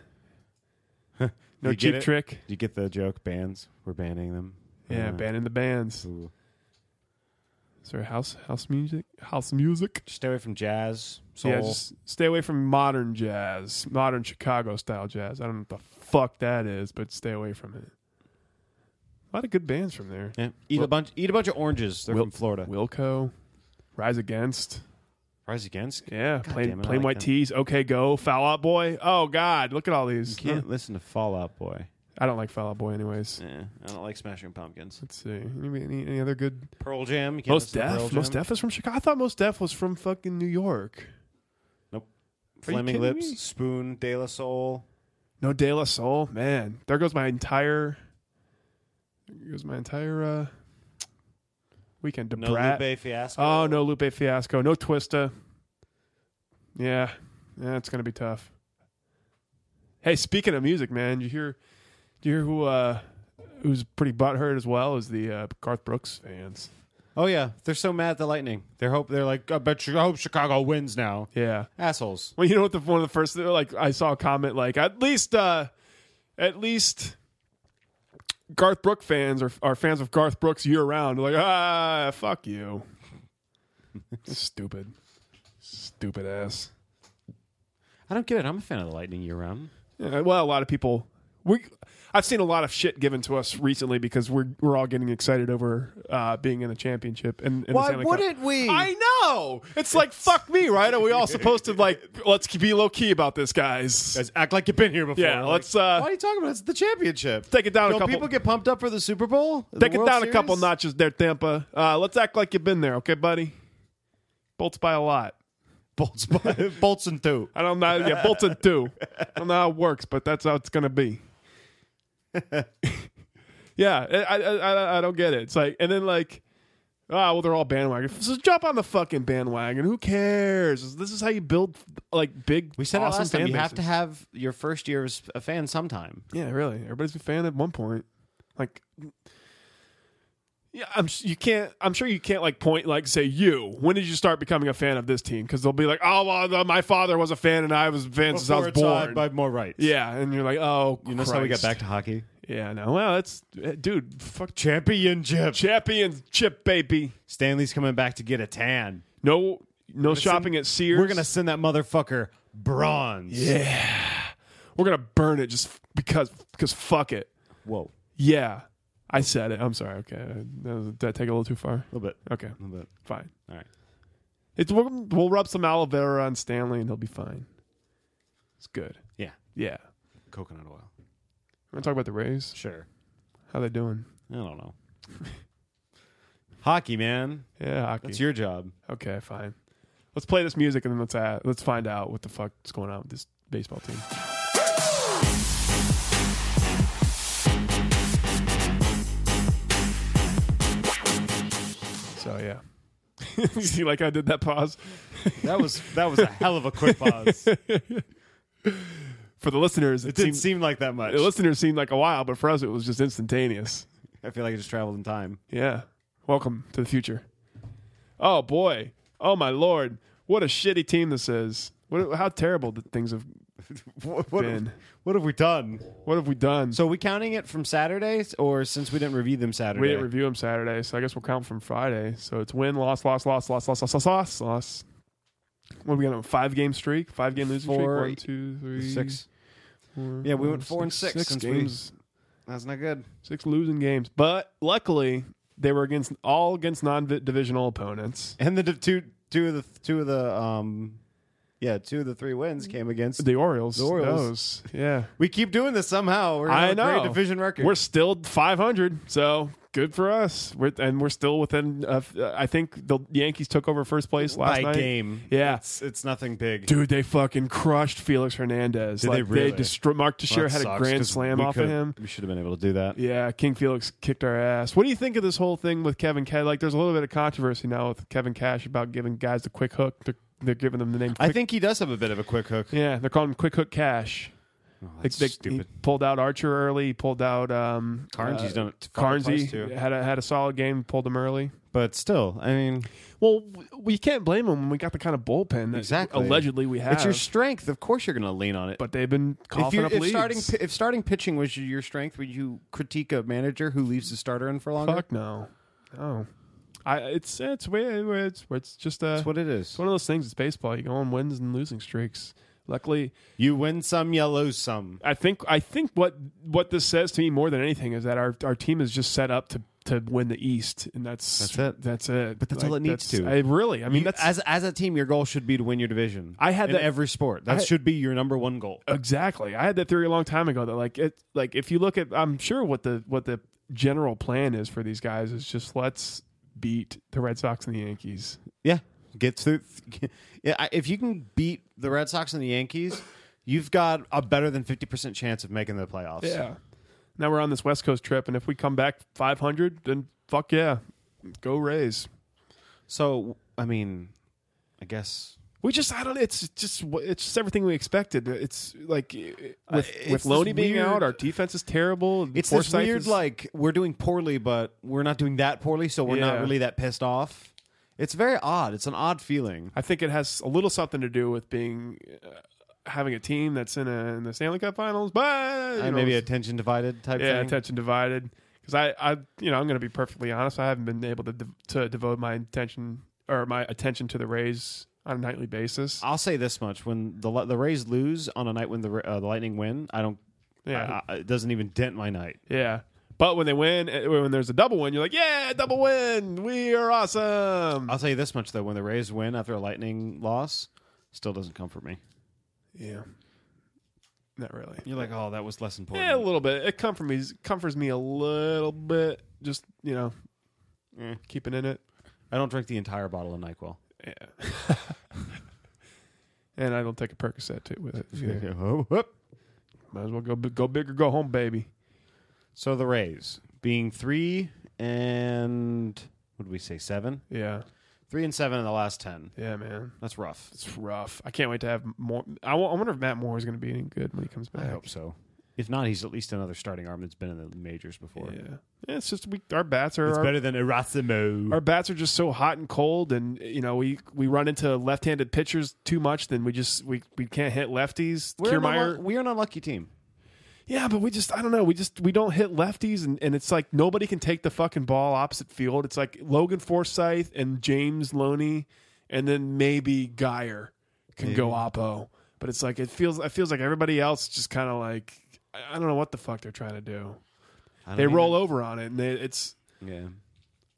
Speaker 1: no
Speaker 2: You get
Speaker 1: cheap
Speaker 2: it?
Speaker 1: trick.
Speaker 2: Do you get the joke? Bands. We're banning them.
Speaker 1: Yeah, banning the bands.
Speaker 2: Ooh.
Speaker 1: Is there house house music? House music?
Speaker 2: Just stay away from jazz, soul.
Speaker 1: Yeah, just stay away from modern jazz, modern Chicago style jazz. I don't know what the fuck that is, but stay away from it. A lot of good bands from there.
Speaker 2: Yeah. Eat a bunch. Eat a bunch of oranges. They're
Speaker 1: Wil-
Speaker 2: from Florida.
Speaker 1: Wilco, Rise Against,
Speaker 2: Rise against.
Speaker 1: yeah,
Speaker 2: God
Speaker 1: plain
Speaker 2: damn it, I
Speaker 1: plain
Speaker 2: like
Speaker 1: white
Speaker 2: them.
Speaker 1: tees. Okay, go Foul Out Boy. Oh God, look at all these.
Speaker 2: You can't listen to Fallout Boy.
Speaker 1: I don't like Foul Out Boy, anyways.
Speaker 2: Yeah, I don't like Smashing Pumpkins.
Speaker 1: Let's see. Any, any, any other good?
Speaker 2: Pearl Jam. You can't
Speaker 1: Most
Speaker 2: listen to Pearl
Speaker 1: Def.
Speaker 2: Jam.
Speaker 1: Most Def is from Chicago. I thought Most Def was from fucking New York. Are you
Speaker 2: Flaming
Speaker 1: kidding
Speaker 2: Lips.
Speaker 1: me?
Speaker 2: Spoon. De La Soul.
Speaker 1: No De La Soul, man. There goes my entire. There goes my entire uh, weekend.
Speaker 2: No
Speaker 1: Debrat.
Speaker 2: Lupe Fiasco.
Speaker 1: oh no, Lupe Fiasco. No Twista. Yeah, yeah, it's gonna be tough. Hey, speaking of music, man, you hear? Do you hear who? Uh, who's pretty butthurt as well as the uh, Garth Brooks fans?
Speaker 2: Oh yeah, they're so mad at the Lightning. They're hope they're like, I bet you, I hope Chicago wins now.
Speaker 1: Yeah.
Speaker 2: Assholes.
Speaker 1: Well, you know what? The one of the first like I saw a comment like at least uh at least Garth Brooks fans are are fans of Garth Brooks year round. Like ah, fuck you, stupid, stupid ass.
Speaker 2: I don't get it. I'm a fan of the Lightning year round.
Speaker 1: Yeah, Uh, well, a lot of people we I've seen a lot of shit given to us recently because we're we're all getting excited over uh, being in the championship and, and the Stanley Cup.
Speaker 2: we?
Speaker 1: I know. It's like fuck me, right? Are we all supposed to like let's be low key about this, guys?
Speaker 2: Guys, act like you've been here before.
Speaker 1: Yeah,
Speaker 2: Like,
Speaker 1: let's, uh,
Speaker 2: What are you talking about? It's the championship.
Speaker 1: Take it down a
Speaker 2: Don't
Speaker 1: couple-
Speaker 2: People get pumped up for the Super Bowl. The
Speaker 1: Take it
Speaker 2: World
Speaker 1: down a couple
Speaker 2: Series?
Speaker 1: notches there, Tampa. Uh, let's act like you've been there, okay, buddy? Bolts by a lot.
Speaker 2: Bolts, by, bolts and two.
Speaker 1: I don't know. Yeah, bolts and two. I don't know how it works, but that's how it's gonna be. yeah, I, I I I don't get it. It's like, and then like, ah, well, they're all bandwagon. So jump on the fucking bandwagon. Who cares? This is how you build like big.
Speaker 2: We said
Speaker 1: awesome
Speaker 2: it last time.
Speaker 1: fan
Speaker 2: You have to
Speaker 1: bases.
Speaker 2: have your first year as a fan sometime.
Speaker 1: Yeah, really. Everybody's a fan at one point. Like, yeah, I'm. s- You can't. I'm sure you can't like point like say you. When did you start becoming a fan of this team? Because they'll be like, oh, well, the- my father was a fan and I was a fan since I was born.
Speaker 2: by more rights.
Speaker 1: yeah, and you're like, oh, you
Speaker 2: That's how we got back to hockey.
Speaker 1: Yeah, no. Well, that's eh, dude. Fuck ch-
Speaker 2: Championship.
Speaker 1: championship, baby.
Speaker 2: Stanley's coming back to get a tan.
Speaker 1: No, no shopping at Sears.
Speaker 2: We're gonna send that motherfucker bronze. Yeah.
Speaker 1: we're gonna burn it just f- because because fuck it.
Speaker 2: Whoa.
Speaker 1: Yeah, I said it. I'm sorry. Okay, that was- did I take it a little too far?
Speaker 2: A little bit.
Speaker 1: Okay,
Speaker 2: A little bit.
Speaker 1: fine.
Speaker 2: All right.
Speaker 1: It's we'll, we'll rub some aloe vera on Stanley and he'll be fine. It's good.
Speaker 2: Yeah.
Speaker 1: Yeah.
Speaker 2: Coconut oil.
Speaker 1: We're gonna talk about the Rays.
Speaker 2: Sure.
Speaker 1: How they doing?
Speaker 2: I don't know. hockey, man.
Speaker 1: Yeah, hockey.
Speaker 2: That's your job.
Speaker 1: okay, fine. Let's play this music and then let's uh, let's find out what the fuck's going on with this baseball team. So yeah. you see like I did that pause?
Speaker 2: That was that was a hell of a quick pause. It
Speaker 1: For the listeners, it,
Speaker 2: didn't
Speaker 1: seemed-
Speaker 2: seem like that much.
Speaker 1: the listeners seemed like a while, but for us it was just instantaneous.
Speaker 2: I feel like I just traveled in time.
Speaker 1: Yeah. Welcome to the future. Oh boy. Oh my lord. What a shitty team this is. What, how terrible that things have.
Speaker 2: What, what, have,
Speaker 1: Ben.
Speaker 2: what have we done?
Speaker 1: What have we done?
Speaker 2: So are we counting it from Saturdays or since we didn't review them Saturday?
Speaker 1: we didn't review them Saturday, so I guess we'll count from Friday. So it's win, loss, loss, loss, loss, loss, loss, loss, loss, loss. What are we got? A five game streak, five game losing
Speaker 2: Four,
Speaker 1: streak. One, two, three,
Speaker 2: six. yeah, we went four and six, since
Speaker 1: games,
Speaker 2: we. That's not good.
Speaker 1: six losing games. But luckily, they were against all against non divisional opponents.
Speaker 2: And the d- two two of the two of the um, yeah, two of the three wins came against.
Speaker 1: The Orioles,
Speaker 2: The Orioles.
Speaker 1: those, yeah.
Speaker 2: we keep doing this somehow. We're gonna
Speaker 1: I
Speaker 2: have a
Speaker 1: know.
Speaker 2: great division record.
Speaker 1: We're still 500, so good for us. We're, and we're still within. Uh, I think the Yankees took over first place last
Speaker 2: by
Speaker 1: night.
Speaker 2: game.
Speaker 1: Yeah.
Speaker 2: it's, it's nothing big.
Speaker 1: Dude, they fucking crushed Felix Hernandez.
Speaker 2: Did they really?
Speaker 1: destroy- Mark
Speaker 2: Well,
Speaker 1: Teixeira
Speaker 2: that
Speaker 1: had a
Speaker 2: sucks,
Speaker 1: grand
Speaker 2: 'cause
Speaker 1: slam
Speaker 2: we
Speaker 1: off of
Speaker 2: could've-
Speaker 1: him.
Speaker 2: We should have been able to do that.
Speaker 1: Yeah, King Felix kicked our ass. What do you think of this whole thing with Kevin Cash? Like, there's a little bit of controversy now with Kevin Cash about giving guys the quick hook. They're, they're giving them the name.
Speaker 2: I
Speaker 1: quick-
Speaker 2: think he does have a bit of a quick hook.
Speaker 1: Yeah, they're calling him Quick Hook Cash.
Speaker 2: Oh, that's
Speaker 1: They- they-
Speaker 2: stupid.
Speaker 1: He pulled out Archer early. He pulled out um,
Speaker 2: Carnes, he's done it to- twice, too.
Speaker 1: Carnsey had a, had a solid game. Pulled him early.
Speaker 2: But still, I mean,
Speaker 1: Well, we can't blame him when we got the kind of bullpen that
Speaker 2: Exactly.
Speaker 1: allegedly we have.
Speaker 2: it's your strength. Of course, you're going to lean on it.
Speaker 1: but they've been
Speaker 2: if,
Speaker 1: coughing
Speaker 2: you
Speaker 1: up
Speaker 2: if
Speaker 1: leads.
Speaker 2: starting pi- if starting pitching was your strength, would you critique a manager who leaves his starter in for longer?
Speaker 1: Fuck no,
Speaker 2: Oh.
Speaker 1: no. I it's it's weird. It's it's just uh,
Speaker 2: That's what it is.
Speaker 1: it's one of those things. It's baseball. You go on wins and losing streaks. Luckily,
Speaker 2: You win some, you lose some.
Speaker 1: I think I think what what this says to me more than anything is that our our team is just set up to to win the East, and that's
Speaker 2: That's it.
Speaker 1: That's it.
Speaker 2: But that's all it needs
Speaker 1: that's-
Speaker 2: to.
Speaker 1: I really. I mean,
Speaker 2: You-
Speaker 1: that's
Speaker 2: as as a team, your goal should be to win your division.
Speaker 1: I had
Speaker 2: in
Speaker 1: that-
Speaker 2: every sport. That
Speaker 1: I- Uh,
Speaker 2: should be your number one goal.
Speaker 1: Exactly. I had that theory a long time ago that like it like if you look at I'm sure what the what the general plan is for these guys is just let's beat the Red Sox and the Yankees.
Speaker 2: Yeah, get through. Yeah, I- if you can beat the Red Sox and the Yankees, you've got a better than fifty percent chance of making the playoffs.
Speaker 1: Now we're on this West Coast trip and if we come back 500 then fuck yeah. Go Rays.
Speaker 2: So I mean, I guess
Speaker 1: We just I don't know, it's just it's just everything we expected. It's like with,
Speaker 2: it's
Speaker 1: with
Speaker 2: this
Speaker 1: Loney being
Speaker 2: weird-
Speaker 1: out, our defense is terrible.
Speaker 2: it's this
Speaker 1: Forsythe
Speaker 2: weird.
Speaker 1: is-
Speaker 2: Like we're doing poorly, but we're not doing that poorly, so we're
Speaker 1: Yeah.
Speaker 2: not really that pissed off. It's very odd. It's an odd feeling.
Speaker 1: I think it has a little something to do with being uh, having a team that's in, a, in the Stanley Cup Finals, but you
Speaker 2: And
Speaker 1: know,
Speaker 2: Uh, maybe
Speaker 1: it's-
Speaker 2: attention divided type
Speaker 1: yeah,
Speaker 2: thing.
Speaker 1: attention divided. Because I, I, you know, I'm going to be perfectly honest. I haven't been able to dev- to devote my attention or my attention to the Rays on a nightly basis.
Speaker 2: I'll say this much: when the the Rays lose on a night when the uh, the Lightning win, I don't.
Speaker 1: Yeah.
Speaker 2: Yeah, it doesn't even dent my night.
Speaker 1: Yeah, but when they win, eh, when there's a double win, you're like, yeah, double win, we are awesome.
Speaker 2: I'll tell you this much though: when the Rays win after a Lightning loss, still doesn't comfort me.
Speaker 1: yeah, not really.
Speaker 2: You're like, oh, that was less important.
Speaker 1: Yeah, a little bit. It comforts me. Comforts me a little bit. Just you know, keeping in it.
Speaker 2: I don't drink the entire bottle of Nyquil.
Speaker 1: And I don't take a Percocet too with it. either.
Speaker 2: Oh, whoop.
Speaker 1: Might as well go bi- go big or go home, baby.
Speaker 2: So the Rays being three and what did we say seven?
Speaker 1: Yeah,
Speaker 2: Three and seven in the last ten.
Speaker 1: yeah, man.
Speaker 2: That's rough.
Speaker 1: It's rough. I can't wait to have more. I wo- I wonder if Matt Moore is going to be any good when he comes back.
Speaker 2: I hope so. If not, he's at least another starting arm that's been in the majors before.
Speaker 1: Yeah. Yeah, it's just we our bats are
Speaker 2: It's
Speaker 1: our,
Speaker 2: better than Erasmo.
Speaker 1: our bats are just so hot and cold, and you know we we run into left-handed pitchers too much. Then we just we we can't hit lefties.
Speaker 2: We're an,
Speaker 1: Kiermaier-
Speaker 2: unlu- we're an unlucky team.
Speaker 1: yeah, but we just I don't know. We just we don't hit lefties, and and it's like nobody can take the fucking ball opposite field. It's like Logan Forsythe and James Loney, and then maybe Geyer can go oppo. But it's like it feels it feels like everybody else just kind of like I I don't know what the fuck they're trying to do.
Speaker 2: I don't
Speaker 1: They
Speaker 2: even-
Speaker 1: roll over on it, and they, it's
Speaker 2: Yeah.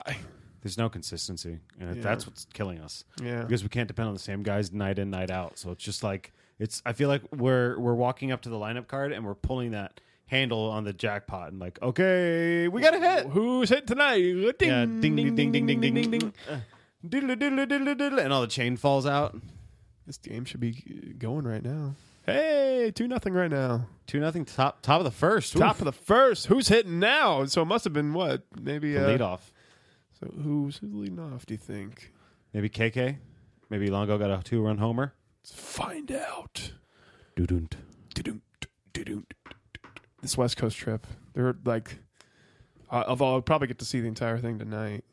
Speaker 1: I-
Speaker 2: There's no consistency, and
Speaker 1: Yeah.
Speaker 2: that's what's killing us.
Speaker 1: Yeah.
Speaker 2: because we can't depend on the same guys night in, night out. So it's just like it's. I feel like we're we're walking up to the lineup card and we're pulling that handle on the jackpot and like, okay, we got a hit.
Speaker 1: who's hit tonight? Ding
Speaker 2: Yeah, ding ding ding ding ding ding ding. ding. Diddle, diddle, diddle, diddle, and all the chain falls out.
Speaker 1: This game should be going right now. Hey, two nothing right now.
Speaker 2: Two nothing. Top top of the first.
Speaker 1: Top of the first. Who's hitting now? So it must have been what maybe uh,
Speaker 2: lead off.
Speaker 1: So who's who's leading off? Do you think?
Speaker 2: Maybe KK. Maybe Longo got a two run homer.
Speaker 1: Let's find out.
Speaker 2: Doo-doont.
Speaker 1: Du-dum, du-dum. This West Coast trip, they're like, uh, although I'll probably get to see the entire thing tonight.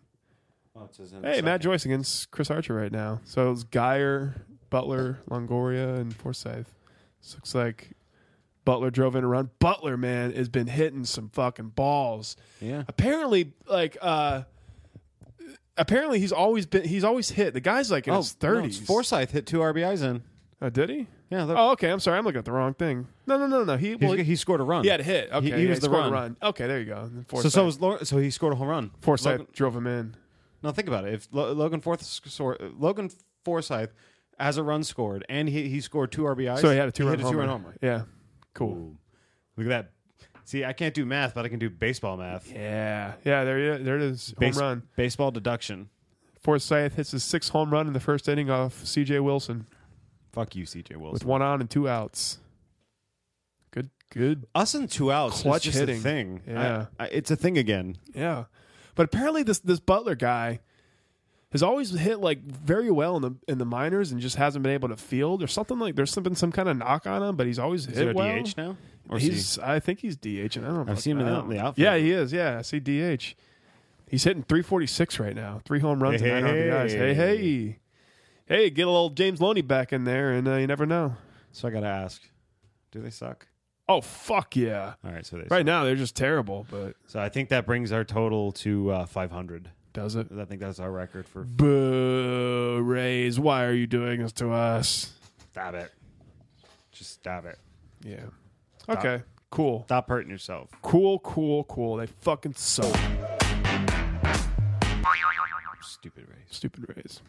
Speaker 2: Oh,
Speaker 3: it says in a
Speaker 1: Hey, Matt
Speaker 3: second.
Speaker 1: Joyce against Chris Archer right now. So it's Geyer, Butler, Longoria, and Forsyth. This looks like Butler drove in a run. Butler, man, has been hitting some fucking balls.
Speaker 3: Yeah.
Speaker 2: Oh,
Speaker 1: Apparently, like, uh, apparently he's always been, he's always hit. The guy's like in his
Speaker 2: Oh, no, it's
Speaker 1: 30s.
Speaker 2: Forsyth hit two RBIs in.
Speaker 1: Oh, did he?
Speaker 2: Yeah, look.
Speaker 1: Oh, okay. I'm sorry. I'm looking at the wrong thing. No, no, no, no. He, well,
Speaker 2: He, he scored a run.
Speaker 1: he had a hit. Okay.
Speaker 2: he
Speaker 1: yeah,
Speaker 2: was the
Speaker 1: scored a
Speaker 2: run.
Speaker 1: Okay, there you go. And then
Speaker 2: So
Speaker 1: Forsyth,
Speaker 2: so was Lor- so he scored a home run.
Speaker 1: Forsyth
Speaker 2: Logan-
Speaker 1: drove him in.
Speaker 2: no, think about it. If Lo- Logan Forsyth, scored- Logan Forsyth has a run scored and he, he scored two RBIs.
Speaker 1: So he had a two-run
Speaker 2: hit
Speaker 1: homer.
Speaker 2: two-run homer.
Speaker 1: Yeah. Cool.
Speaker 2: Look at that. See, I can't do math, but I can do baseball math.
Speaker 1: Yeah, yeah, there, there it is. Home
Speaker 2: Base-
Speaker 1: run.
Speaker 2: Baseball deduction.
Speaker 1: Forsyth hits his sixth home run in the first inning off C.J. Wilson
Speaker 2: Fuck you, CJ Wilson.
Speaker 1: with one on and two outs. Good, good.
Speaker 2: Us and two outs.
Speaker 1: Clutch
Speaker 2: is just
Speaker 1: hitting.
Speaker 2: A thing.
Speaker 1: Yeah.
Speaker 2: I, I, it's a thing again.
Speaker 1: Yeah, but apparently this this Butler guy has always hit like very well in the in the minors and just hasn't been able to field or something like there's been some kind of knock on him, but he's always hit
Speaker 2: Is there a
Speaker 1: well.
Speaker 2: DH now? Or is he-
Speaker 1: He's, I think he's DH, and I don't. know.
Speaker 2: I've seen
Speaker 1: I
Speaker 2: him in the-
Speaker 1: don't-
Speaker 2: the outfield.
Speaker 1: Yeah, he is. Yeah, I see DH. He's hitting 346 right now. Three home runs
Speaker 2: Hey,
Speaker 1: and nine
Speaker 2: hey,
Speaker 1: RBIs. Hey, hey, hey! Get a little James Loney back in there, and uh, you never know.
Speaker 2: So I gotta ask, do they suck?
Speaker 1: Oh fuck yeah!
Speaker 2: All right, so they
Speaker 1: Right now they're just terrible, but
Speaker 2: suck. So I think that brings our total to uh, 500.
Speaker 1: does it?
Speaker 2: I think that's our record for.
Speaker 1: Boo, Rays! Why are you doing this to us?
Speaker 2: Stop it. Just stop it.
Speaker 1: Yeah. Okay. Cool.
Speaker 2: Stop hurting yourself.
Speaker 1: Cool. Cool. Cool. They fucking suck.
Speaker 2: Stupid race.
Speaker 1: Stupid Rays.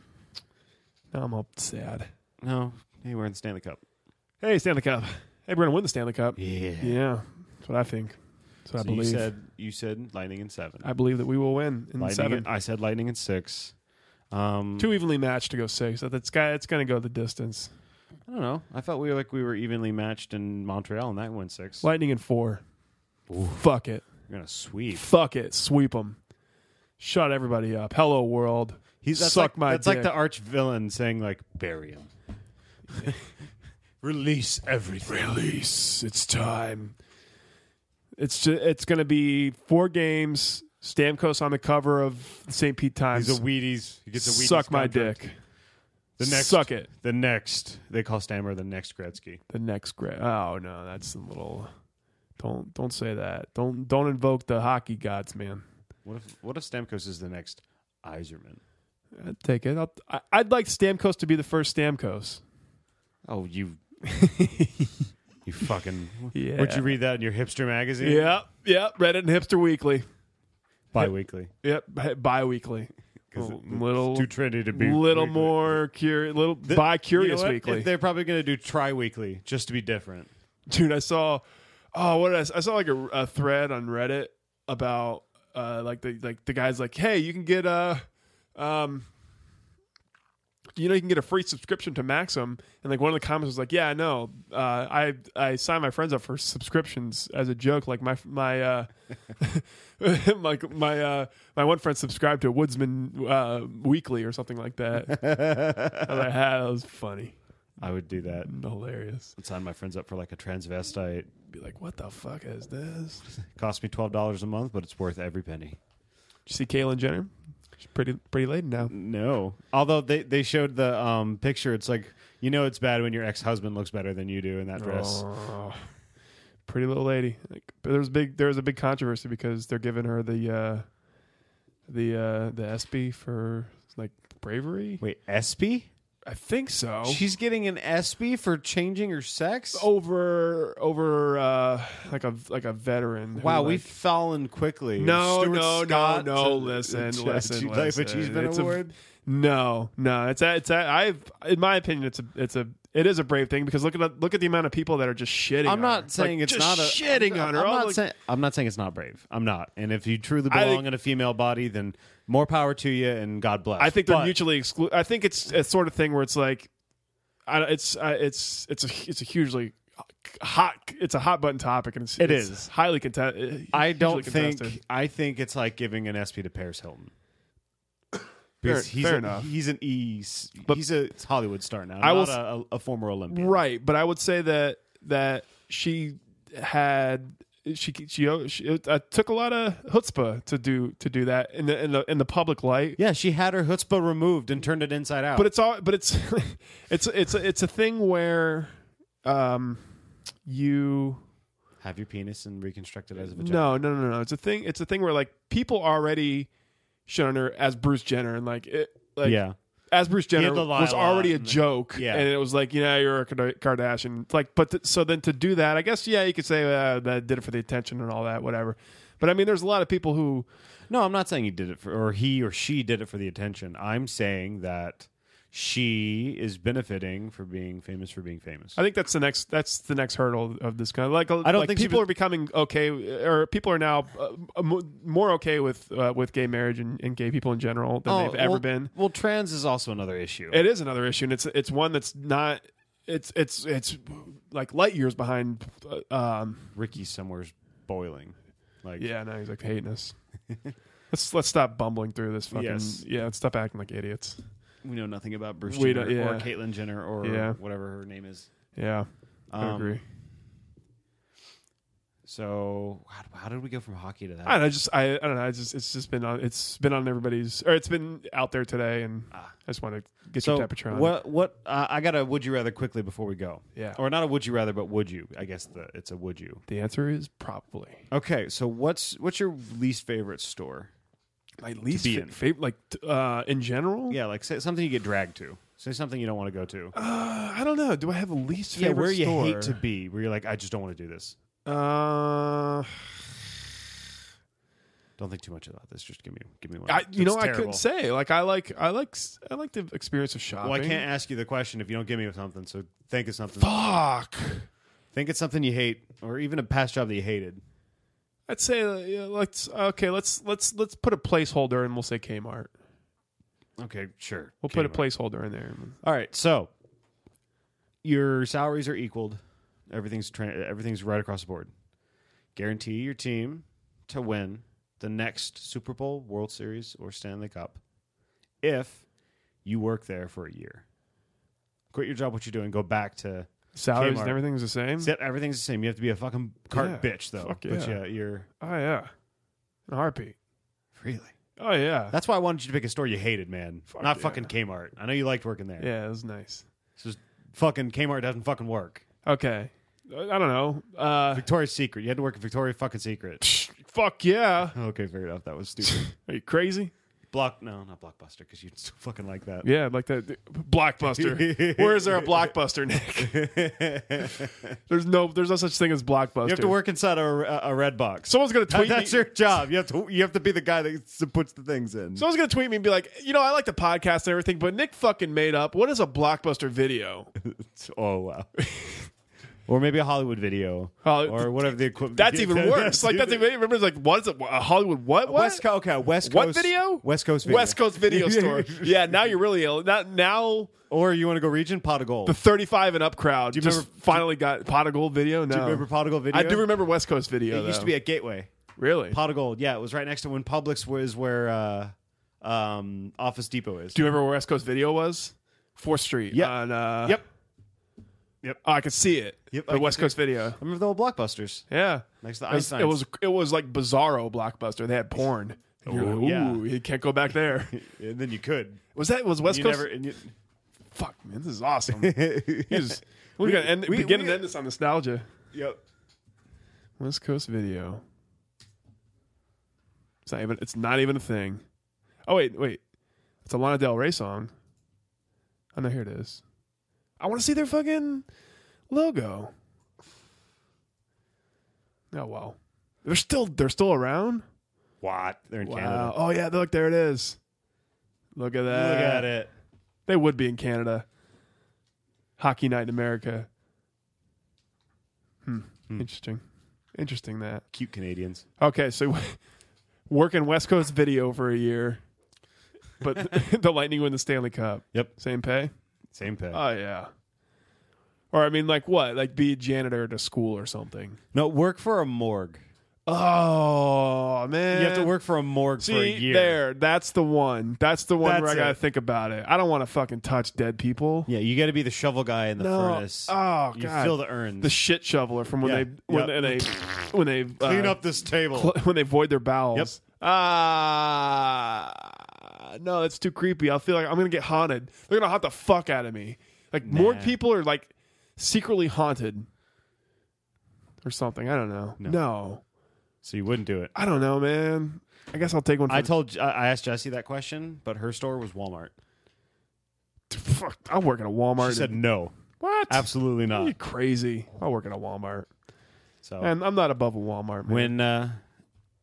Speaker 1: Now I'm all sad.
Speaker 2: No. Hey, we're in Stanley Cup.
Speaker 1: Hey, Stanley Cup. Hey, we're gonna win the Stanley Cup. Yeah, that's what I think. That's what I
Speaker 2: So you
Speaker 1: believe.
Speaker 2: said you said Lightning in seven.
Speaker 1: I believe that we will win in
Speaker 2: lightning
Speaker 1: seven.
Speaker 2: in- I said Lightning in six. Um,
Speaker 1: Too evenly matched to go six. That- That's guy. It's going to go the distance.
Speaker 2: I don't know. I felt we were like we were evenly matched in Montreal, and that went six.
Speaker 1: Lightning in four. Fuck it.
Speaker 2: You're gonna sweep.
Speaker 1: Fuck it. Sweep them. Shut everybody up. Hello world.
Speaker 2: He's that's
Speaker 1: suck
Speaker 2: like,
Speaker 1: my
Speaker 2: That's
Speaker 1: dick.
Speaker 2: like the arch villain saying like bury him. Release everything.
Speaker 1: release. It's time. It's ju- it's going to be four games. Stamkos on the cover of the St. Pete Times.
Speaker 2: He's a Wheaties. He gets a Wheaties.
Speaker 1: Suck my
Speaker 2: contract.
Speaker 1: dick.
Speaker 2: The next,
Speaker 1: Suck it.
Speaker 2: The next, they call Stammer the next Gretzky.
Speaker 1: the next grade. Oh no, that's a little. Don't don't say that. Don't don't invoke the hockey gods, man.
Speaker 2: What if what if Stamkos is the next Iserman?
Speaker 1: I'd take it. I'll, I, I'd like Stamkos to be the first Stamkos.
Speaker 2: Oh, you, you fucking.
Speaker 1: Yeah.
Speaker 2: Would you read that in your hipster magazine?
Speaker 1: Yep, yep. Reddit and Hipster Weekly.
Speaker 2: Biweekly.
Speaker 1: Yep, bi- bi-weekly. Little, little,
Speaker 2: Too trendy to be.
Speaker 1: little
Speaker 2: weekly.
Speaker 1: more curious. Little
Speaker 2: The- you
Speaker 1: bi-curious
Speaker 2: know what?
Speaker 1: weekly.
Speaker 2: They're probably going to do tri-weekly just to be different.
Speaker 1: dude i saw oh what did I, s- I saw like a, a thread on reddit about uh like the like the guys like hey you can get a um you know you can get a free subscription to maxim and like one of the comments was like yeah i know uh i i signed my friends up for subscriptions as a joke like my my uh like my uh my one friend subscribed to woodsman uh weekly or something like that I was like, "Ah, that was funny
Speaker 2: I would do that.
Speaker 1: Mm. hilarious
Speaker 2: Sign my friends up for like a transvestite.
Speaker 1: be like what the fuck is this
Speaker 2: Cost me twelve dollars a month, but it's worth every penny.
Speaker 1: Did you see Caitlyn Jenner? She's pretty pretty late now.
Speaker 2: No, although they they showed the um, picture. It's like you know it's bad when your ex husband looks better than you do in that dress.
Speaker 1: Oh, pretty little lady. Like, but there was big there was a big controversy because they're giving her the uh, the uh, the SB for like bravery.
Speaker 2: Wait, espy?
Speaker 1: I think so.
Speaker 2: She's getting an espy for changing her sex.
Speaker 1: Oh, over over uh, like a like a veteran. who,
Speaker 2: Wow,
Speaker 1: like-
Speaker 2: we've fallen quickly.
Speaker 1: No,
Speaker 2: Stuart
Speaker 1: no,
Speaker 2: Scott uh,
Speaker 1: no, no.
Speaker 2: to-
Speaker 1: Listen,
Speaker 2: to-
Speaker 1: listen,
Speaker 2: to-
Speaker 1: listen.
Speaker 2: But she's been
Speaker 1: It's a-
Speaker 2: awarded.
Speaker 1: No, no, it's a, it's a, I've in my opinion, it's a it's a it is a brave thing because look at the, look at the amount of people that are just shitting. on
Speaker 2: I'm
Speaker 1: her.
Speaker 2: not
Speaker 1: Like,
Speaker 2: saying it's
Speaker 1: just
Speaker 2: not a
Speaker 1: shitting
Speaker 2: I'm,
Speaker 1: on her.
Speaker 2: I'm
Speaker 1: Oh,
Speaker 2: not,
Speaker 1: look-
Speaker 2: saying, I'm not saying it's not brave. I'm not. And if you truly
Speaker 1: I
Speaker 2: belong
Speaker 1: think-
Speaker 2: in a female body, then more power to you and God bless.
Speaker 1: I think they're
Speaker 2: But
Speaker 1: mutually exclusive. I think it's a sort of thing where it's like, I, it's uh, it's it's a it's a hugely hot it's a hot button topic and it's,
Speaker 2: It
Speaker 1: it's
Speaker 2: is.
Speaker 1: highly uh, contested.
Speaker 2: I don't think. I think it's like giving an SP to Paris Hilton. Because
Speaker 1: Fair-
Speaker 2: he's
Speaker 1: fair
Speaker 2: a-
Speaker 1: enough.
Speaker 2: He's an E.
Speaker 1: But-
Speaker 2: he's a Hollywood star now.
Speaker 1: I
Speaker 2: I
Speaker 1: will
Speaker 2: was a, a former Olympian.
Speaker 1: Right, but I would say that that she had she she, she it, uh, took a lot of chutzpah to do to do that in the in the in the public light.
Speaker 2: Yeah, she had her chutzpah removed and turned it inside out.
Speaker 1: But it's all but it's it's it's it's a thing where um you
Speaker 2: have your penis and reconstruct it as a vagina.
Speaker 1: no, no, no, no. It's a thing. It's a thing where like people already shun her as Bruce Jenner, and like it, like
Speaker 2: Yeah.
Speaker 1: as Bruce Jenner
Speaker 3: to lie
Speaker 1: was
Speaker 3: a lot,
Speaker 1: already a
Speaker 3: and then-
Speaker 1: joke,
Speaker 2: Yeah.
Speaker 1: and it was like you know you're a Kard- Kardashian. It's like, but th- so then to do that, I guess yeah, you could say uh, that did it for the attention and all that, whatever. But I mean, there's a lot of people who
Speaker 2: No, I'm not saying he did it for, or he or she did it for the attention. I'm saying that she is benefiting for being famous for being famous.
Speaker 1: I think that's the next that's the next hurdle of this kind. Like I
Speaker 2: don't think she
Speaker 1: people
Speaker 2: was-
Speaker 1: are becoming okay, or people are now uh, mo- more okay with uh, with gay marriage and, and gay people in general than they've ever
Speaker 2: Oh, well,
Speaker 1: been.
Speaker 2: Well, trans is also another issue.
Speaker 1: It is another issue, and it's it's one that's not it's it's it's like light years behind. uh, Um,
Speaker 2: Ricky somewhere's boiling. Like
Speaker 1: yeah, now he's like hating us. let's let's stop bumbling through this fucking
Speaker 2: Yes.
Speaker 1: yeah. Let's stop acting like idiots.
Speaker 2: we know nothing about Bruce
Speaker 1: We
Speaker 2: Jenner
Speaker 1: don't- yeah.
Speaker 2: or Caitlyn Jenner or
Speaker 1: Yeah.
Speaker 2: whatever her name is.
Speaker 1: Yeah, I
Speaker 2: Um,
Speaker 1: agree.
Speaker 2: So how, how did we go from hockey to that?
Speaker 1: I don't know, just I, I don't know. I just it's just been on it's been on everybody's or it's been out there today, and I just want to get your temperature on.
Speaker 2: Ah. What? What? Uh, I got a would you rather quickly before we go.
Speaker 1: Yeah.
Speaker 2: Or not a would you rather, but would you? I guess the, it's a would you.
Speaker 1: The answer is probably
Speaker 2: Okay. So what's what's your least favorite store?
Speaker 1: my least
Speaker 2: be
Speaker 1: fa-
Speaker 2: in.
Speaker 1: favorite. Like t- uh, in general,
Speaker 2: Yeah, like say something you get dragged to. Say something you don't want to go to.
Speaker 1: I don't know. Do I have a least
Speaker 2: yeah,
Speaker 1: Uh, favorite
Speaker 2: where you
Speaker 1: store?
Speaker 2: hate to be, where you're like, I just don't want to do this.
Speaker 1: Uh,
Speaker 2: Don't think too much about this. Just give me, give me one.
Speaker 1: I, you
Speaker 2: It's
Speaker 1: know, I
Speaker 2: terrible.
Speaker 1: couldn't say. Like, I like, I like, s- I like the experience of shopping.
Speaker 2: Well, I can't ask you the question if you don't give me something. So think it's something.
Speaker 1: Fuck.
Speaker 2: Think it's something you hate, or even a past job that you hated.
Speaker 1: I'd say uh, yeah, let's okay. Let's let's let's put a placeholder and we'll say Kmart.
Speaker 2: Okay, sure.
Speaker 1: We'll put a placeholder in there.
Speaker 2: All right, so your salaries are equaled. Everything's tra- everything's right across the board. Guarantee your team to win the next Super Bowl, World Series, or Stanley Cup if you work there for a year. Quit your job, what you're doing, go back to
Speaker 1: Salaries
Speaker 2: Kmart.
Speaker 1: and everything's the same.
Speaker 2: Except everything's the same. You have to be a fucking cart
Speaker 1: Hmm. Yeah,
Speaker 2: bitch, though.
Speaker 1: fuck
Speaker 2: But
Speaker 1: yeah.
Speaker 2: yeah, you're
Speaker 1: oh yeah, in a heartbeat.
Speaker 2: really.
Speaker 1: Oh yeah,
Speaker 2: That's why I wanted you to pick a store you hated, man. Not
Speaker 1: yeah.
Speaker 2: fucking Kmart. I know you liked working there.
Speaker 1: yeah. It was nice.
Speaker 2: It's just fucking Kmart doesn't fucking work.
Speaker 1: Okay, I I don't know. Uh,
Speaker 2: Victoria's Secret. You had to work at Victoria's fucking Secret.
Speaker 1: fuck yeah.
Speaker 2: okay, fair enough. That was stupid.
Speaker 1: Are you crazy?
Speaker 2: Block? No, not Blockbuster because you'd still fucking like that.
Speaker 1: Yeah, like that blockbuster. Where is there a blockbuster, Nick? there's no, there's no such thing as blockbuster.
Speaker 2: You have to work inside a, a, a red box.
Speaker 1: Someone's gonna
Speaker 2: That-
Speaker 1: tweet
Speaker 2: That's
Speaker 1: me.
Speaker 2: your job. You have to you have to be the guy that s- puts the things in.
Speaker 1: Someone's gonna tweet me and be like, you know, I like the podcast and everything, but Nick fucking made up. What is a blockbuster video?
Speaker 2: oh wow. or maybe a Hollywood video,
Speaker 1: Holly-
Speaker 2: or whatever the equivalent.
Speaker 1: Oh, That's even worse. Like that's even. Remember, it's like what is it? A Hollywood what? What?
Speaker 2: West Coast. Okay, West Coast.
Speaker 1: what video?
Speaker 2: West Coast. Video.
Speaker 1: West Coast video store. Yeah, now you're really ill. Not now.
Speaker 2: Or you want to go region? Pot of gold.
Speaker 1: The 35 and up crowd
Speaker 2: you
Speaker 1: just
Speaker 2: remember-
Speaker 1: finally got pot of gold video. No,
Speaker 2: you remember Pot of Gold
Speaker 1: I
Speaker 2: Video?
Speaker 1: do remember West Coast video.
Speaker 2: it used
Speaker 1: though.
Speaker 2: to be at Gateway.
Speaker 1: really.
Speaker 2: Pot of Gold. Yeah, it was right next to when Publix was where uh, um, Office Depot is.
Speaker 1: Do you remember where West Coast Video was? Fourth Street.
Speaker 2: Yep.
Speaker 1: on, uh,
Speaker 2: Yep.
Speaker 1: Oh, I could see it.
Speaker 2: Yep, I
Speaker 1: The
Speaker 2: could
Speaker 1: West
Speaker 2: see
Speaker 1: Coast Video.
Speaker 2: I remember the old blockbusters.
Speaker 1: Yeah.
Speaker 2: Next to the
Speaker 1: it was,
Speaker 2: Einsteins.
Speaker 1: it was it was like bizarro blockbuster. They had porn. And you're like,
Speaker 2: yeah.
Speaker 1: Ooh, you can't go back there.
Speaker 2: And then you could.
Speaker 1: Was that was West
Speaker 2: You
Speaker 1: Coast?
Speaker 2: never. And you,
Speaker 1: Fuck man, this is awesome. He's- we're gonna end,
Speaker 2: we-
Speaker 1: begin
Speaker 2: we-
Speaker 1: and end this on nostalgia.
Speaker 2: yep.
Speaker 1: West Coast Video. It's not even. It's not even a thing. Oh wait, wait. It's a Lana Del Rey song. Oh no, here it is. I want to see their fucking logo. Oh well, they're still they're still around.
Speaker 2: What? They're in
Speaker 1: Wow.
Speaker 2: Canada.
Speaker 1: Oh yeah, look there it is. Look at that.
Speaker 2: Look at it.
Speaker 1: They would be in Canada. Hockey night in America. Hmm. Interesting. Interesting that.
Speaker 2: Cute Canadians.
Speaker 1: Okay, so working West Coast Video for a year, but the Lightning win the Stanley Cup.
Speaker 2: Yep.
Speaker 1: Same pay.
Speaker 2: Same pay.
Speaker 1: Oh yeah. Or I mean, like what? Like be a janitor at a school or something.
Speaker 2: no, work for a morgue.
Speaker 1: Oh man,
Speaker 2: You have to work for a morgue
Speaker 1: See
Speaker 2: for a year.
Speaker 1: there, that's the one. That's the one where
Speaker 2: That's
Speaker 1: I gotta
Speaker 2: it.
Speaker 1: think about it. I don't want to fucking touch dead people.
Speaker 2: Yeah, you got to be the shovel guy in the
Speaker 1: No.
Speaker 2: furnace.
Speaker 1: Oh,
Speaker 2: you
Speaker 1: God.
Speaker 2: fill the urns.
Speaker 1: The shit shoveler from when
Speaker 2: Yeah.
Speaker 1: they when
Speaker 2: Yep.
Speaker 1: they when they uh,
Speaker 2: Clean up this table.
Speaker 1: cl- when they void their bowels. Ah, no, that's too creepy. I feel like I'm gonna get haunted. They're gonna haunt the fuck out of me. Like morgue people are like secretly haunted or something. I don't know. No,
Speaker 2: so you wouldn't do it.
Speaker 1: I don't know, man. I guess I'll take one. For
Speaker 2: I told I I asked Jesse that question, but her store was Walmart.
Speaker 1: fuck. I'll work at a Walmart.
Speaker 2: She said no,
Speaker 1: what?
Speaker 2: absolutely
Speaker 1: You
Speaker 2: not.
Speaker 1: crazy? I'll work at a Walmart,
Speaker 2: So
Speaker 1: and I'm not above a Walmart. Man.
Speaker 2: Oh. when uh,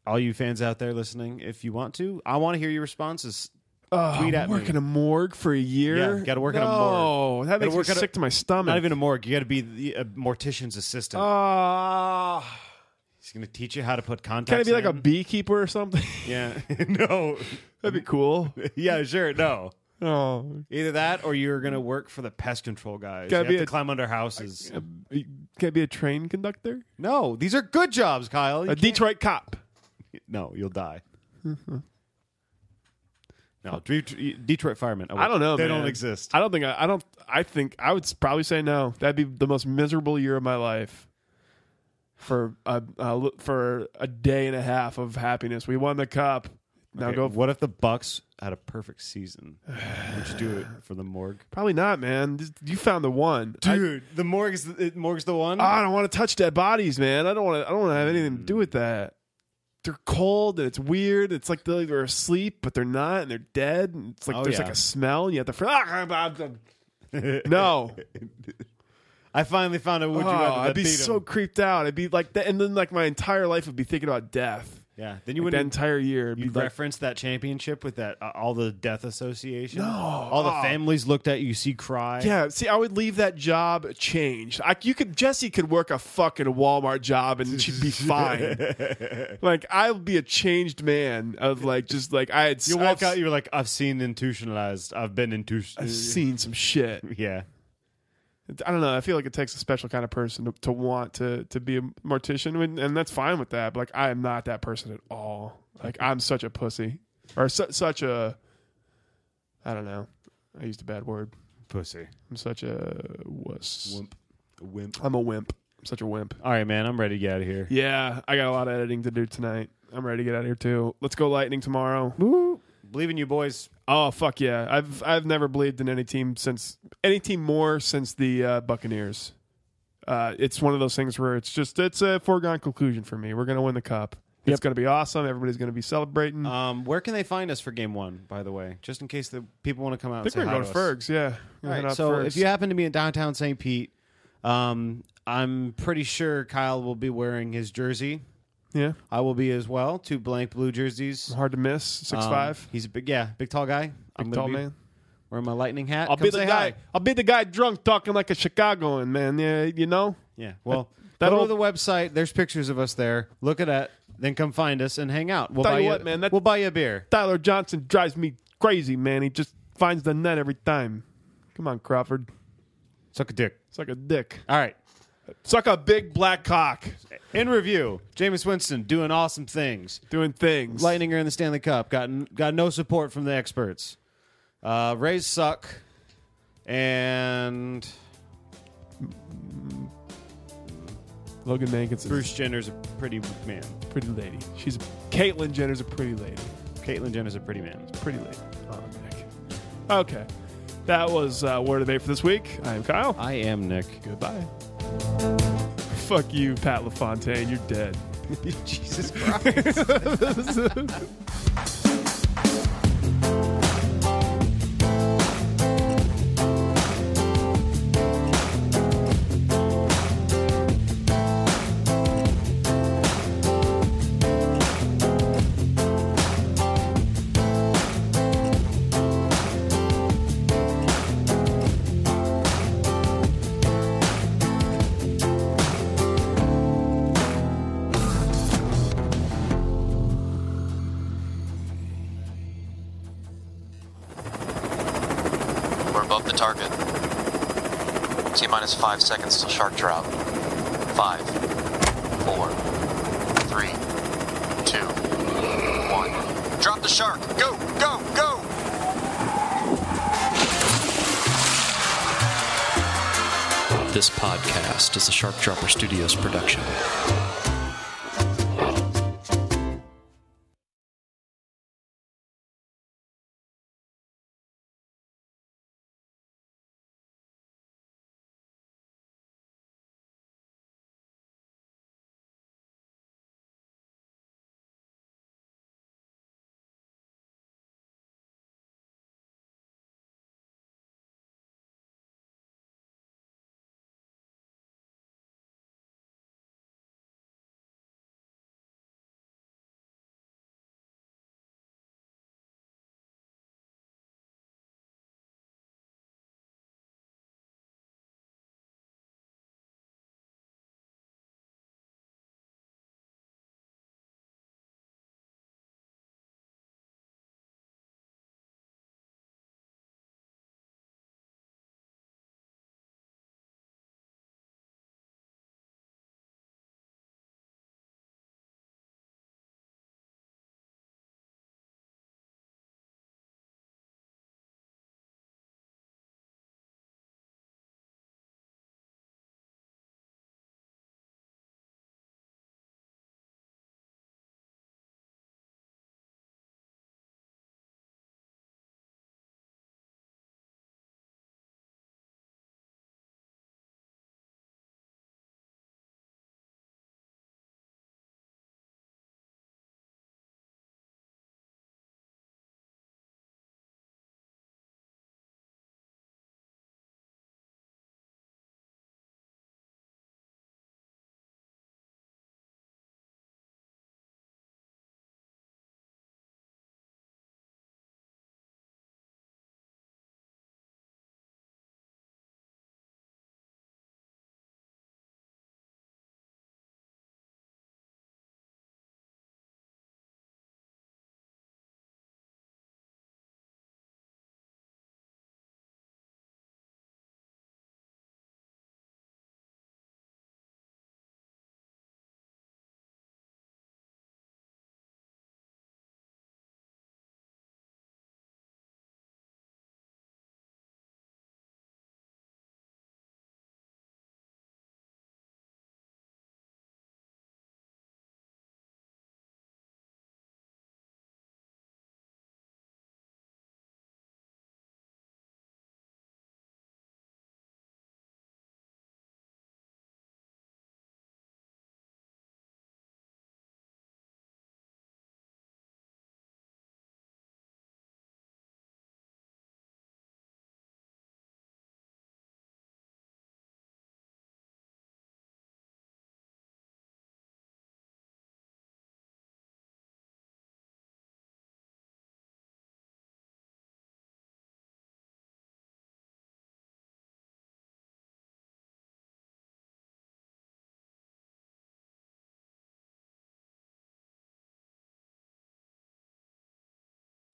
Speaker 2: all you fans out there listening, if you want to, I want to hear your responses.
Speaker 1: oh,
Speaker 2: tweet at me.
Speaker 1: work in a morgue for a year.
Speaker 2: Yeah, gotta work
Speaker 1: no,
Speaker 2: in a morgue.
Speaker 1: that
Speaker 2: Gotta
Speaker 1: makes me
Speaker 2: work at a-
Speaker 1: sick to my stomach.
Speaker 2: Not even a morgue. You got to be the, a mortician's assistant.
Speaker 1: Uh, Ah.
Speaker 2: He's going to teach you how to put contacts.
Speaker 1: Can I be like a
Speaker 2: in.
Speaker 1: beekeeper or something?
Speaker 2: Yeah. no.
Speaker 1: That'd be cool.
Speaker 2: Yeah. Sure. No.
Speaker 1: Oh,
Speaker 2: Either that, or you're going to work for the pest control guys.
Speaker 1: Gotta
Speaker 2: you
Speaker 1: be
Speaker 2: have to
Speaker 1: a-
Speaker 2: climb under houses.
Speaker 1: can I be a train conductor?
Speaker 2: no, these are good jobs, Kyle. You
Speaker 1: A Detroit cop.
Speaker 2: can't- no, you'll die. no, Det- Detroit firemen. Oh,
Speaker 1: I don't know.
Speaker 2: They
Speaker 1: man.
Speaker 2: don't exist.
Speaker 1: I don't think. I, I don't. I think I would s- probably say no. That'd be the most miserable year of my life. For a uh, li- for a day and a half of happiness, we won the cup. Now
Speaker 2: Okay,
Speaker 1: go.
Speaker 2: What if the Bucks had a perfect season? Would you do it for the morgue,
Speaker 1: Probably not, man. This- You found the one, I-
Speaker 2: the morgue's the, morgue's the one.
Speaker 1: I don't want to touch dead bodies, man. I don't want to. I don't want to have anything to do with that. They're cold and it's weird. It's like they're, they're asleep, but they're not, and they're dead. And it's like
Speaker 2: Oh,
Speaker 1: there's
Speaker 2: yeah.
Speaker 1: like a smell, and you have to. fr- Ah, ah, ah, ah. no,
Speaker 2: I finally found a would you
Speaker 1: Oh,
Speaker 2: rather.
Speaker 1: I'd
Speaker 2: that
Speaker 1: be
Speaker 2: beat 'em.
Speaker 1: so creeped out. I'd be like that, and then like my entire life would be thinking about death.
Speaker 2: yeah. Then you
Speaker 1: Like, the
Speaker 2: wouldn't
Speaker 1: entire year, it'd be
Speaker 2: you
Speaker 1: like,
Speaker 2: reference that championship with that uh, all the death association.
Speaker 1: No. Ah.
Speaker 2: all the families looked at you, see cry.
Speaker 1: yeah. See, I would leave that job changed. I, you could Jesse could work a fucking Walmart job and she'd be fine. like I'll be a changed man of like just like I had.
Speaker 2: You walk
Speaker 1: I've-
Speaker 2: out, you're like, I've seen institutionalized. I've been
Speaker 1: I've
Speaker 2: institutionalized.
Speaker 1: seen some shit.
Speaker 2: Yeah.
Speaker 1: I don't know. I feel like it takes a special kind of person to, to want to to be a mortician, and, and that's fine with that. But like, I am not that person at all. Like, I'm such a pussy, or su- such a. I don't know. I used a bad word.
Speaker 2: Pussy.
Speaker 1: I'm such a wuss.
Speaker 2: Wimp. Wimp.
Speaker 1: I'm a wimp. I'm such a wimp.
Speaker 2: All right, man. I'm ready to get out of here.
Speaker 1: Yeah, I got a lot of editing to do tonight. I'm ready to get out of here too. Let's go lightning tomorrow.
Speaker 2: Believe in you, boys.
Speaker 1: Oh fuck yeah! I've I've never believed in any team since any team more since the uh, Buccaneers. Uh, it's one of those things where it's just it's a foregone conclusion for me. We're gonna win the cup. It's gonna be awesome. Everybody's gonna be celebrating.
Speaker 2: Um, where can they find us for game one, by the way? Just in case the people want to come out
Speaker 1: I think
Speaker 2: and
Speaker 1: we're
Speaker 2: say
Speaker 1: gonna go to
Speaker 2: hi us.
Speaker 1: Ferg's. Yeah. We're
Speaker 2: All
Speaker 1: gonna head
Speaker 2: right,
Speaker 1: out
Speaker 2: so
Speaker 1: Ferg's.
Speaker 2: if you happen to be in downtown St. Pete, um, I'm pretty sure Kyle will be wearing his jersey.
Speaker 1: yeah,
Speaker 2: I will be as well. Two blank blue jerseys.
Speaker 1: hard to miss. Six
Speaker 2: Um,
Speaker 1: five.
Speaker 2: He's a big, yeah, big tall guy. Big I'm gonna
Speaker 1: Tall
Speaker 2: be
Speaker 1: man.
Speaker 2: Wearing my lightning hat.
Speaker 1: I'll
Speaker 2: Come
Speaker 1: be the
Speaker 2: say
Speaker 1: guy.
Speaker 2: hi.
Speaker 1: I'll be the guy drunk talking like a Chicagoan man. Yeah, you know.
Speaker 2: Yeah. Well,
Speaker 1: that
Speaker 2: go
Speaker 1: old-
Speaker 2: to the website. There's pictures of us there. Look at that. Then come find us and hang out. We'll
Speaker 1: Tell
Speaker 2: buy
Speaker 1: you what, man, that-
Speaker 2: We'll buy you a beer.
Speaker 1: Tyler Johnson drives me crazy, man. He just finds the net every time. Come on, Crawford.
Speaker 2: Suck a dick.
Speaker 1: It's like a dick.
Speaker 2: All right.
Speaker 1: Suck a big black cock
Speaker 2: In review, Jameis Winston doing awesome things.
Speaker 1: doing things.
Speaker 2: Lightning are in the Stanley Cup. Got n- got no support from the experts. Uh, Rays suck. And
Speaker 1: Logan Mankin's
Speaker 2: Bruce Jenner's a pretty man.
Speaker 1: a pretty lady. She's Caitlyn Jenner's a pretty lady.
Speaker 2: Caitlyn Jenner's a pretty man.
Speaker 1: Pretty lady. Oh, Nick. Okay. That was uh, Word of Eight for this week. I am Kyle.
Speaker 2: I am Nick.
Speaker 1: Goodbye. Fuck you, Pat LaFontaine. You're dead.
Speaker 2: Jesus Christ.
Speaker 4: We're above the target. T minus five seconds till shark drop. Five, four,
Speaker 5: Three, two, one.
Speaker 4: Drop the shark. Go, go, go.
Speaker 5: This podcast is a Shark Dropper Studios production.